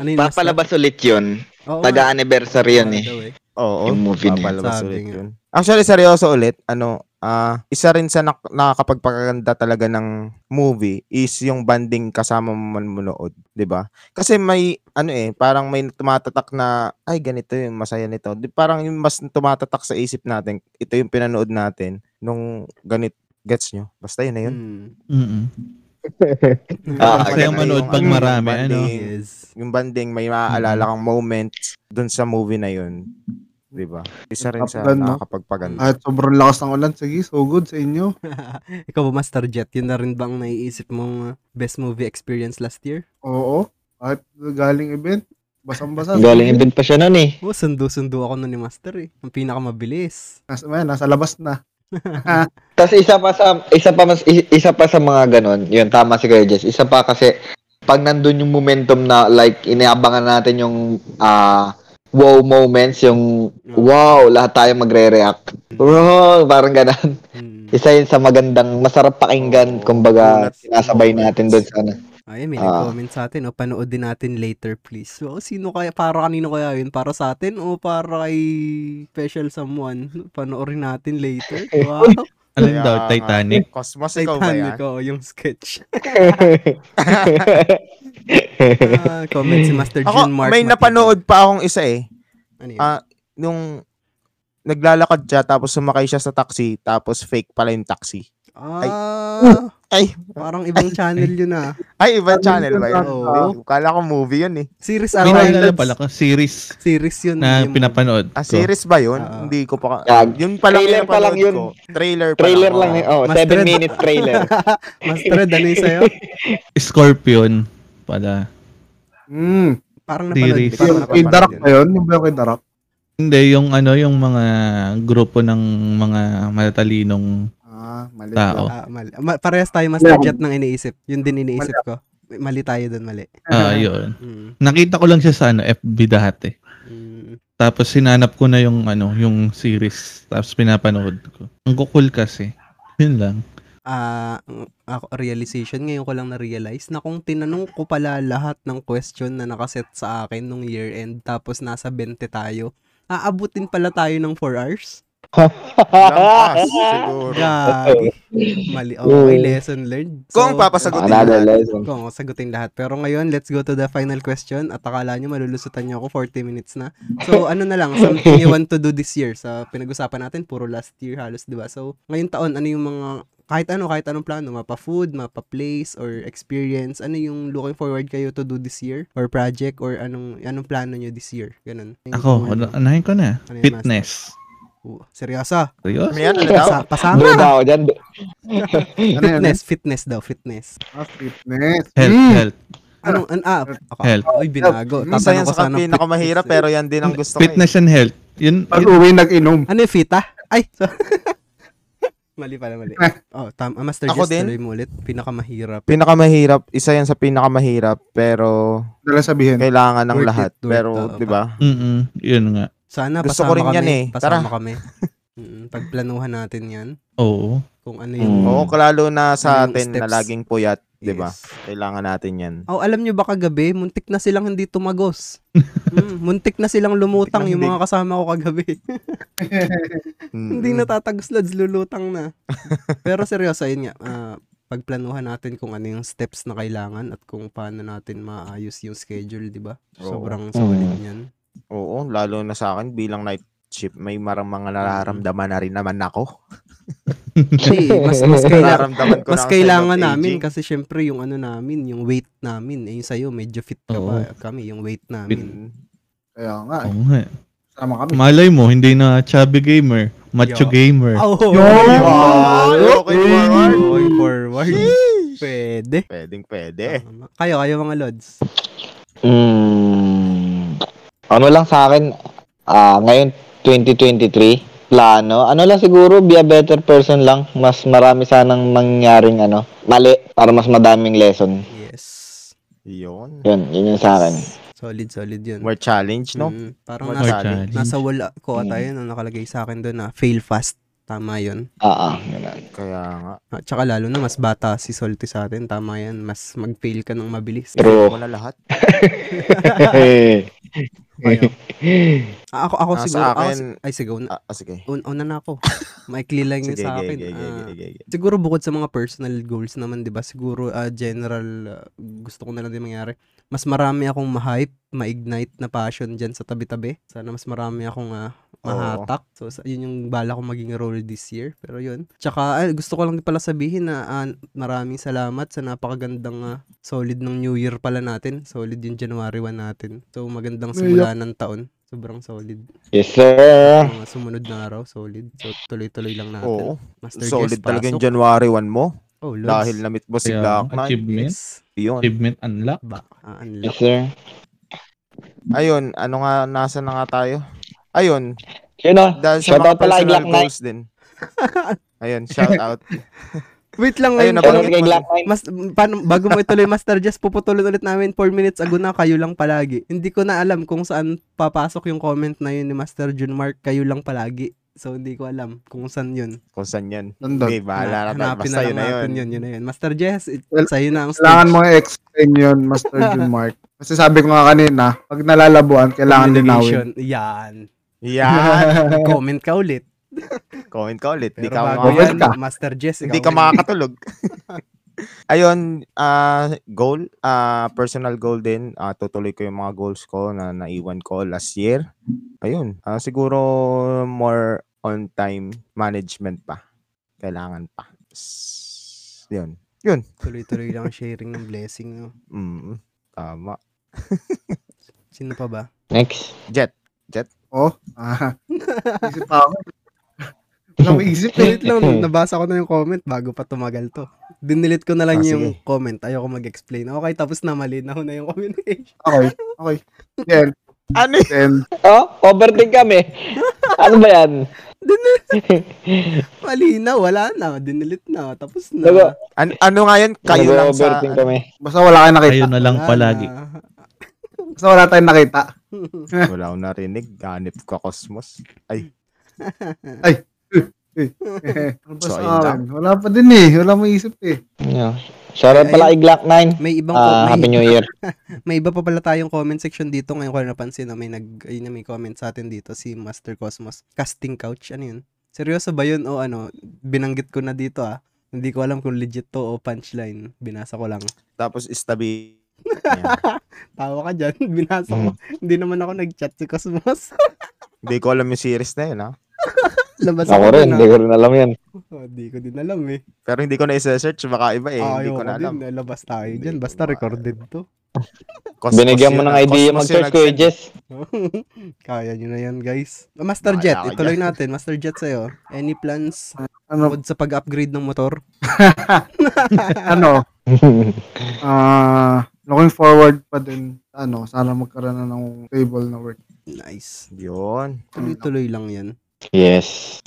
Speaker 1: Ano yun? Master?
Speaker 4: Papalabas ulit yun.
Speaker 1: Oo,
Speaker 4: Taga-anniversary yun
Speaker 1: by
Speaker 4: eh.
Speaker 1: the way.
Speaker 3: Oo,
Speaker 4: Yung movie na yun.
Speaker 3: papalabas
Speaker 1: Sabi
Speaker 3: ulit
Speaker 1: nga.
Speaker 3: yun. Actually, seryoso ulit. Ano, ah isa rin sa nak- nakakapagpaganda talaga ng movie is yung banding kasama mo manonood, 'di ba? Kasi may ano eh, parang may tumatatak na ay ganito yung masaya nito. Di, parang yung mas tumatatak sa isip natin, ito yung pinanood natin nung ganit gets nyo. Basta yun na yun.
Speaker 1: Mm.
Speaker 2: Mm-mm.
Speaker 3: Hmm.
Speaker 4: Ah,
Speaker 2: Masaya
Speaker 4: ganun.
Speaker 2: manood pag
Speaker 3: Yung
Speaker 2: marami, ano.
Speaker 3: banding,
Speaker 1: Yes.
Speaker 3: Yung banding, may maaalala kang moments dun sa movie na yun. 'Di ba? Isa rin sa
Speaker 5: Kaplan, no?
Speaker 3: nakakapagpaganda.
Speaker 5: At sobrang lakas ng ulan. Sige, so good sa inyo.
Speaker 1: Ikaw ba, Master Jet? Yun na rin bang naiisip mong uh, best movie experience last year?
Speaker 5: Oo. At galing event. Basang-basa.
Speaker 4: Galing event pa siya nun eh.
Speaker 1: Oh, sundo-sundo ako nun ni Master eh. Ang pinakamabilis.
Speaker 5: Nasa, may, nasa labas na.
Speaker 4: Tapos isa pa sa isa pa mas i- isa pa sa mga ganun, yun tama si Kuya Jess. Isa pa kasi pag nandun yung momentum na like inaabangan natin yung ah wow moments, yung wow, lahat tayo magre-react. Wow, parang ganun.
Speaker 1: Mm.
Speaker 4: Isa yun sa magandang, masarap pakinggan,
Speaker 3: Oo,
Speaker 4: kumbaga,
Speaker 3: tulad sa
Speaker 4: sinasabay
Speaker 3: moments.
Speaker 4: natin ano. doon sana.
Speaker 1: Ay, may
Speaker 4: Ah.
Speaker 1: nag-comment sa atin. O, panood din natin later, please. So, sino kaya, para kanino kaya yun? Para sa atin o para kay special someone? Panoorin natin later. Wow.
Speaker 2: Alam
Speaker 3: Kaya
Speaker 2: daw,
Speaker 3: nga.
Speaker 2: Titanic.
Speaker 3: Cosmos, ikaw ba yan?
Speaker 1: Titanic, oo, yung sketch. Ah, comment si Master
Speaker 3: Ako,
Speaker 1: June Mark.
Speaker 3: may
Speaker 1: Matigo.
Speaker 3: napanood pa akong isa eh.
Speaker 1: Ano yun?
Speaker 3: ah, Nung naglalakad siya, tapos sumakay siya sa taxi, tapos fake pala yung taxi. ay.
Speaker 1: Ah,
Speaker 3: Ay,
Speaker 1: parang ibang channel yun ah.
Speaker 3: ay, ibang channel ba yun?
Speaker 1: Oo.
Speaker 3: Kala ko movie yun eh.
Speaker 1: Series
Speaker 2: May
Speaker 1: ata yun.
Speaker 2: naalala pala ko, series
Speaker 1: Series yun.
Speaker 2: na
Speaker 1: yung-
Speaker 2: pinapanood
Speaker 3: Ah,
Speaker 2: ko.
Speaker 3: series ba yun?
Speaker 1: Oo.
Speaker 3: Hindi ko pa...
Speaker 4: Yeah.
Speaker 3: Yun pa lang
Speaker 4: Trailer
Speaker 3: yung
Speaker 4: pa lang
Speaker 3: napanood
Speaker 4: yun.
Speaker 3: ko. Trailer pa
Speaker 4: trailer
Speaker 3: lang.
Speaker 4: lang
Speaker 3: oo.
Speaker 4: eh. Oh,
Speaker 1: Mas
Speaker 4: 7
Speaker 1: dread.
Speaker 4: minute trailer.
Speaker 1: Mas thread, ano yun sa'yo?
Speaker 2: Scorpion pala.
Speaker 5: Mm.
Speaker 1: Parang napanood.
Speaker 2: Series.
Speaker 1: Parang
Speaker 5: Yung kay
Speaker 1: napanood
Speaker 5: Darak
Speaker 1: yun.
Speaker 5: ba yun? Yung ba yung kay Darak?
Speaker 2: Hindi, yung ano, yung mga grupo ng mga matatalinong
Speaker 5: Ah, mali.
Speaker 2: tao.
Speaker 1: Ah, mali. Ma- parehas tayo Master Jet ng iniisip. Yun din iniisip ko. Mali tayo dun, mali.
Speaker 2: Ah, yun.
Speaker 1: Mm.
Speaker 2: Nakita ko lang siya sa ano, FB dati.
Speaker 1: Mm.
Speaker 2: Tapos sinanap ko na yung ano, yung series. Tapos pinapanood ko. Ang kukul kasi. Yun lang.
Speaker 1: Ah, ang- ako realization ngayon ko lang na-realize na kung tinanong ko pala lahat ng question na nakaset sa akin nung year end tapos nasa 20 tayo, aabutin pala tayo ng 4 hours.
Speaker 3: Lampas, siguro.
Speaker 1: Gagi. Mali. Oh, Okay, lesson learned. So,
Speaker 3: Mm. Kung papasagutin
Speaker 4: Another
Speaker 3: natin.
Speaker 4: lesson.
Speaker 1: Kung sagutin lahat. Pero ngayon, let's go to the final question. At akala nyo, malulusutan nyo ako 40 minutes na. So, ano na lang, something you want to do this year. Sa pinag-usapan natin, puro last year halos, di ba? So, ngayong taon, ano yung mga, kahit ano, kahit anong plano, mapa-food, mapa-place, or experience, ano yung looking forward kayo to do this year? Or project, or anong anong plano nyo this year? Ganun. Ano yung
Speaker 2: Ako,
Speaker 1: ano,
Speaker 2: ano- anahin ko na.
Speaker 1: ano yung mas-
Speaker 2: Fitness.
Speaker 1: Oh, seryosa.
Speaker 2: Seryoso?
Speaker 3: Ano yan? Ano daw?
Speaker 1: Pasa-
Speaker 4: Ano
Speaker 1: pasama.
Speaker 4: daw dyan?
Speaker 5: Ano yan?
Speaker 1: Fitness, fitness daw, fitness.
Speaker 5: Ah, fitness.
Speaker 2: Health,
Speaker 5: Mm.
Speaker 2: health.
Speaker 1: Anong, an, ah, ako.
Speaker 2: Health.
Speaker 1: Uy, binago.
Speaker 3: Isa
Speaker 1: Tatanong
Speaker 3: yan
Speaker 1: ko
Speaker 3: sa
Speaker 1: sana.
Speaker 3: kape, nakamahirap, pero yan din ang gusto ko. eh.
Speaker 2: Fitness and health. Yun,
Speaker 5: Pag
Speaker 2: yun.
Speaker 5: uwi, nag-inom.
Speaker 1: Ano yung fita? Ay! So, mali pala, mali. Oh, tam, ah, Master
Speaker 3: Ako
Speaker 1: Jess,
Speaker 3: din?
Speaker 1: tuloy mo ulit. Pinakamahirap.
Speaker 3: Pinakamahirap, isa yan sa pinakamahirap, pero
Speaker 5: Dala sabihin.
Speaker 3: kailangan ng
Speaker 1: Worth it,
Speaker 3: lahat.
Speaker 1: worth
Speaker 3: Pero,
Speaker 1: it. uh,
Speaker 3: di ba?
Speaker 2: Mm-mm, yun nga.
Speaker 1: Sana
Speaker 3: Gusto
Speaker 1: pasama
Speaker 3: ko rin
Speaker 1: kami.
Speaker 3: yan eh. Tara.
Speaker 1: Pasama kami. Mm, pagplanuhan natin yan.
Speaker 2: Oo.
Speaker 1: Kung ano yung...
Speaker 4: Mm.
Speaker 3: Oo, lalo na sa
Speaker 1: Yung
Speaker 3: atin na
Speaker 1: steps.
Speaker 3: laging puyat, di ba?
Speaker 1: Yes.
Speaker 3: Kailangan natin yan.
Speaker 1: Oh, alam nyo ba kagabi, muntik na silang hindi tumagos. Mm, muntik na silang lumutang
Speaker 3: Muntik na
Speaker 1: yung
Speaker 3: hindi.
Speaker 1: mga kasama ko kagabi. Hindi
Speaker 3: Hmm.
Speaker 1: natatagos lads, lulutang na. Pero seryoso, yun nga. ah, pagplanuhan natin kung ano yung steps na kailangan at kung paano natin maayos yung schedule, di ba?
Speaker 3: Oo.
Speaker 1: Sobrang solid yan.
Speaker 3: Oo, lalo na sa akin bilang night shift, may marang
Speaker 1: Hmm.
Speaker 3: mga nararamdaman na rin naman ako.
Speaker 1: Hindi, mas, mas kailangan,
Speaker 3: Nararamdaman ko
Speaker 1: mas
Speaker 3: na ang
Speaker 1: kailangan
Speaker 3: sense of
Speaker 1: namin
Speaker 3: aging.
Speaker 1: kasi syempre yung ano namin, yung weight namin, eh yung sa'yo medyo fit ka
Speaker 2: Oo.
Speaker 1: pa kami, yung weight namin.
Speaker 3: Mm.
Speaker 5: Kaya nga, eh.
Speaker 2: Oo nga.
Speaker 5: sama kami.
Speaker 2: Malay mo, hindi na chubby gamer, macho
Speaker 1: Yo.
Speaker 2: gamer.
Speaker 1: Oh,
Speaker 3: Wow, looking forward.
Speaker 1: Going forward. Pwede.
Speaker 3: Pwedeng pwede.
Speaker 1: Tama. Kayo, kayo mga lods.
Speaker 4: Mm, ano lang sa akin, ah, ngayon 2023, plano, ano lang siguro, be a better person lang. Mas marami sanang mangyaring ano, mali, para mas madaming lesson.
Speaker 1: Yes.
Speaker 3: Yun.
Speaker 4: Yun, yun yung sa akin.
Speaker 1: Solid, solid yun.
Speaker 3: More challenge, no? Mm.
Speaker 1: Mm, parang
Speaker 3: More
Speaker 2: Or
Speaker 1: nasa,
Speaker 3: challenge.
Speaker 1: nasa wala ko ata yun, ang nakalagay sa akin doon na fail fast. Tama yun.
Speaker 4: Ah, ah, yun na.
Speaker 3: Kaya nga.
Speaker 1: At saka lalo na mas bata si Solti sa atin. Tama yan. Mas mag-fail ka ng mabilis.
Speaker 4: True.
Speaker 3: Wala lahat.
Speaker 1: Kayo. Ah, ako, ako
Speaker 3: Ah, sa
Speaker 1: siguro. ako
Speaker 3: akin-
Speaker 1: si- ay, siguro.
Speaker 3: Ah, ah, sige.
Speaker 1: Un- una na ako. Maikli lang yun
Speaker 3: Sige,
Speaker 1: sa
Speaker 3: sige,
Speaker 1: akin.
Speaker 3: sige,
Speaker 1: Ah,
Speaker 3: sige, sige, sige.
Speaker 1: Siguro bukod sa mga personal goals naman, 'di ba? Siguro ah, general ah, gusto ko na lang din mangyari. Mas marami akong ma-hype, ma-ignite na passion diyan sa tabi-tabi. Sana mas marami akong ah, mahatak. So sa- yun yung bala ko maging role this year. Pero yun. Tsaka ah, gusto ko lang pala sabihin na ah, maraming salamat sa napakagandang ah, solid ng New Year pala natin. Solid yung January 1 natin. So magandang
Speaker 5: New Year.
Speaker 1: simula ng taon. Sobrang solid.
Speaker 4: Yes, sir.
Speaker 1: Mga sumunod na araw, solid. So tuloy-tuloy lang natin.
Speaker 3: Ah. Oo.
Speaker 1: Master
Speaker 3: Solid
Speaker 1: guest,
Speaker 3: talaga yung
Speaker 1: pasok.
Speaker 3: January 1 mo.
Speaker 1: Oh, Lods.
Speaker 3: Dahil namit mo si
Speaker 2: Kaya,
Speaker 3: Black Knight.
Speaker 2: achievement,
Speaker 1: Yes.
Speaker 3: Yun.
Speaker 2: achievement unlock.
Speaker 1: Ba, ah,
Speaker 4: Yes,
Speaker 1: unlock.
Speaker 4: sir.
Speaker 3: Ayun, ano nga, nasa na nga tayo? Ayun,
Speaker 4: Yun na.
Speaker 3: dahil sa mga
Speaker 4: Shoutout pala kay
Speaker 3: personal
Speaker 4: Black Knight.
Speaker 3: goals din. Ayun, shout out.
Speaker 1: Wait lang
Speaker 3: Ayun,
Speaker 1: ngayon.
Speaker 3: nabanggit
Speaker 1: parang-
Speaker 4: Shoutout kay Black Knight.
Speaker 1: mas, paano, bago mo ituloy, Master Jess, puputulin ulit namin 4 minutes ago na kayo lang palagi. Hindi ko na alam kung saan papasok yung comment na yun ni Master Jun Mark, kayo lang palagi. So, hindi ko alam kung saan yun.
Speaker 3: Kung saan yan.
Speaker 5: Nandun.
Speaker 3: Hindi, bahala na tayo.
Speaker 1: Hanapin
Speaker 3: Basta
Speaker 1: lang
Speaker 3: yun na
Speaker 1: natin
Speaker 3: yun.
Speaker 1: yun. Yun na yun. Master Jess, it,
Speaker 5: Well,
Speaker 1: sa'yo na ang
Speaker 5: Kailangan
Speaker 1: stage.
Speaker 5: mo i-explain yun, Master Jun Mark. Kasi sabi ko nga kanina, pag nalalabuan, kailangan linawin.
Speaker 1: Communication. Yan.
Speaker 3: Yan.
Speaker 1: Comment ka ulit.
Speaker 3: Comment ka ulit.
Speaker 1: Pero
Speaker 3: Hindi ka
Speaker 1: bago
Speaker 5: makakawala.
Speaker 1: yan,
Speaker 3: makakatulog.
Speaker 5: ka.
Speaker 1: Master Jess,
Speaker 3: Hindi
Speaker 1: ikaw
Speaker 3: ka
Speaker 1: ulit.
Speaker 3: makakatulog. Ayun, ah, goal, ah, personal goal din. Ah, tutuloy ko yung mga goals ko na naiwan ko last year. Ayun, ah, siguro more on time management pa. Kailangan pa. S- Yun.
Speaker 1: Tuloy-tuloy lang ang sharing ng blessing. No?
Speaker 3: Mm, tama.
Speaker 1: Sino pa ba?
Speaker 4: Next.
Speaker 3: Jet.
Speaker 5: Ah, isip pa ako. Walang isip eh.
Speaker 1: Wait lang, nabasa ko na yung comment bago pa tumagal to. Dinilit ko na lang
Speaker 3: Ah,
Speaker 1: yung
Speaker 3: sige.
Speaker 1: comment. Ayoko mag-explain. Okay, tapos na mali na na yung communication.
Speaker 5: Okay, okay. Then,
Speaker 3: Ano yun?
Speaker 5: then,
Speaker 4: Oh, overthink kami. ano ba yan?
Speaker 1: Mali na, wala na. Dinilit na, tapos na.
Speaker 4: Nago,
Speaker 3: An- ano nga yan? Kayo lang sa...
Speaker 4: overthink kami.
Speaker 5: basta wala kayo nakita.
Speaker 2: Ayun na lang
Speaker 1: Wala
Speaker 2: palagi.
Speaker 1: na.
Speaker 5: Basta wala tayong nakita.
Speaker 3: Wala akong narinig. Ganip ka, Cosmos. Ay,
Speaker 5: Basta,
Speaker 3: So, ayun lang.
Speaker 5: wala pa din eh. Wala mo isip eh.
Speaker 4: Yeah. Shoutout pala kay Glock 9.
Speaker 1: May ibang
Speaker 4: Ah,
Speaker 1: may,
Speaker 4: Happy New Year.
Speaker 1: may iba pa pala tayong comment section ah, dito ngayon ko na napansin na may nag ayun na may comment sa atin dito si Master Cosmos casting couch ano yun Seryoso ba yun o ano? Binanggit ko na dito ah. Hindi ko alam kung legit to o punchline. Binasa ko lang.
Speaker 3: Tapos istabi.
Speaker 1: Tawa ka dyan. Binasa ko.
Speaker 4: Hmm.
Speaker 1: Hindi naman ako nag-chat si Cosmos.
Speaker 3: Hindi ko alam yung series na yun, ha?
Speaker 1: Labas
Speaker 4: Ako rin,
Speaker 1: din,
Speaker 4: hindi ko rin alam yan.
Speaker 1: ah. Oh, di ko din alam eh.
Speaker 3: Pero hindi ko na isa-search, baka iba eh.
Speaker 1: Ah,
Speaker 3: hindi
Speaker 1: ayoko
Speaker 3: ko na alam.
Speaker 1: Din, labas tayo
Speaker 3: Hindi
Speaker 1: dyan.
Speaker 3: ko
Speaker 1: Basta
Speaker 3: maalam.
Speaker 1: recorded to.
Speaker 3: Cosmos
Speaker 4: Binigyan mo
Speaker 3: yun,
Speaker 4: ng
Speaker 3: ah.
Speaker 4: idea
Speaker 3: Cosmos
Speaker 4: mag-search
Speaker 3: yun
Speaker 4: ko,
Speaker 3: nag-send.
Speaker 4: Jess.
Speaker 1: Kaya nyo na yan, guys. Ah, Master
Speaker 3: Kaya
Speaker 1: Jet,
Speaker 3: ko
Speaker 1: ituloy
Speaker 3: yan.
Speaker 1: natin. Master Jet sa'yo. Any plans
Speaker 5: Ano,
Speaker 1: tungkol sa pag-upgrade ng motor?
Speaker 5: ano, ah, looking forward pa din, ano, sana magkaroon na ng table na work.
Speaker 1: Nice.
Speaker 3: Yun.
Speaker 1: Tuloy-tuloy lang yan.
Speaker 4: yes.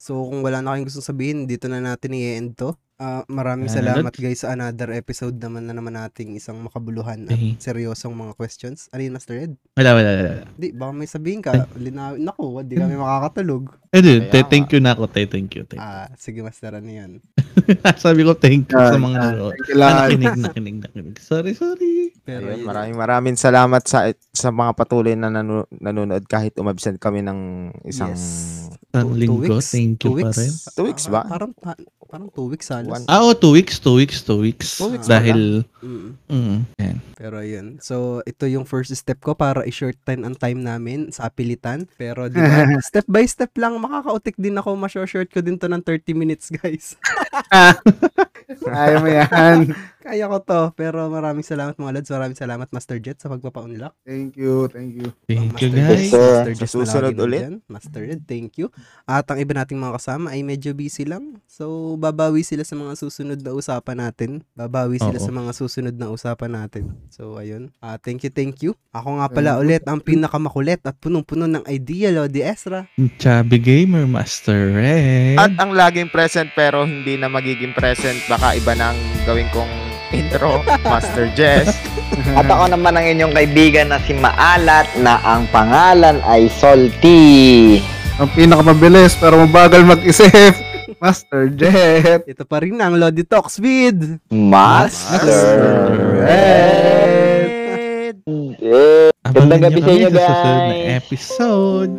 Speaker 1: So, kung wala na kayong gusto sabihin, dito na natin i-end to. Ah, maraming
Speaker 2: Yan.
Speaker 1: salamat guys sa another episode naman na naman nating isang makabuluhan at
Speaker 2: Eh,
Speaker 1: seryosong mga questions. Ano yun, Master Ed?
Speaker 2: Wala, wala, wala. wala.
Speaker 1: Di, baka may sabihin ka. Linawin. Naku, hindi kami makakatulog.
Speaker 2: Eh, dude,
Speaker 3: Kaya
Speaker 2: te- thank you na ako, te, thank you, te.
Speaker 1: Ah, sige, Master, ano yan?
Speaker 2: Sabi ko, thank you
Speaker 5: Ah,
Speaker 2: sa mga
Speaker 5: ah,
Speaker 2: nanonood.
Speaker 5: thank you,
Speaker 2: Ah,
Speaker 5: lahat.
Speaker 2: nakinig, nakinig, nakinig. Sorry, sorry.
Speaker 1: Pero, yun.
Speaker 3: Ayun, maraming maraming salamat sa sa mga patuloy na nanu- nanonood kahit umabsent kami ng isang
Speaker 1: Yes. Two-
Speaker 2: Ang
Speaker 1: two
Speaker 2: linggo,
Speaker 1: weeks?
Speaker 2: thank you
Speaker 1: Two
Speaker 2: pa
Speaker 1: weeks?
Speaker 2: rin.
Speaker 3: Two weeks
Speaker 1: Ah,
Speaker 3: ba?
Speaker 1: Parang, pa- parang two weeks halos.
Speaker 3: One.
Speaker 2: Ah, oh, two weeks, two weeks, two weeks.
Speaker 1: Two weeks
Speaker 2: Dahil,
Speaker 1: Mm.
Speaker 2: mm, yan.
Speaker 1: Pero yun. So, ito yung first step ko para i-shorten ang time namin sa apilitan. Pero di ba, step by step lang, makakautik din ako. Masyo-short ko din to ng 30 minutes, guys.
Speaker 5: Ayaw mo yan.
Speaker 1: Kaya ko to. Pero maraming salamat mga lads. Maraming salamat, Master Jet, sa pagpapa-unlock.
Speaker 5: Thank you, thank you.
Speaker 2: Thank
Speaker 1: Master
Speaker 2: you,
Speaker 1: Jet,
Speaker 2: guys.
Speaker 4: sir.
Speaker 1: Master Jet,
Speaker 3: Sa susunod
Speaker 1: malagi
Speaker 3: ulit.
Speaker 1: nandyan. Master Jet, thank you. At ang iba nating mga kasama ay medyo busy lang. So, babawi sila sa mga susunod na usapan natin. Babawi sila
Speaker 2: Oo.
Speaker 1: sa mga susunod na usapan natin. So, ayun. Ah, thank you, thank you. Ako nga pala
Speaker 5: Thank you.
Speaker 1: ulit ang pinakamakulit at punong-puno ng idea, Lodi Ezra.
Speaker 2: Chubby Gamer Master Red.
Speaker 3: At ang laging present pero hindi na magiging present, baka iba na ang gawin kong intro, Master Jess.
Speaker 4: At ako naman ang inyong kaibigan na si Maalat na ang pangalan ay Salty.
Speaker 5: Ang pinakamabilis pero mabagal mag-isip. Master Jet.
Speaker 1: Ito pa rin ang Lodi Talks with
Speaker 4: Master.
Speaker 5: Red.
Speaker 4: Yeah.
Speaker 2: Abangan
Speaker 4: Gandang gabi
Speaker 2: nyo kami
Speaker 4: sa inyo,
Speaker 2: sa susunod na
Speaker 4: guys.
Speaker 2: episode.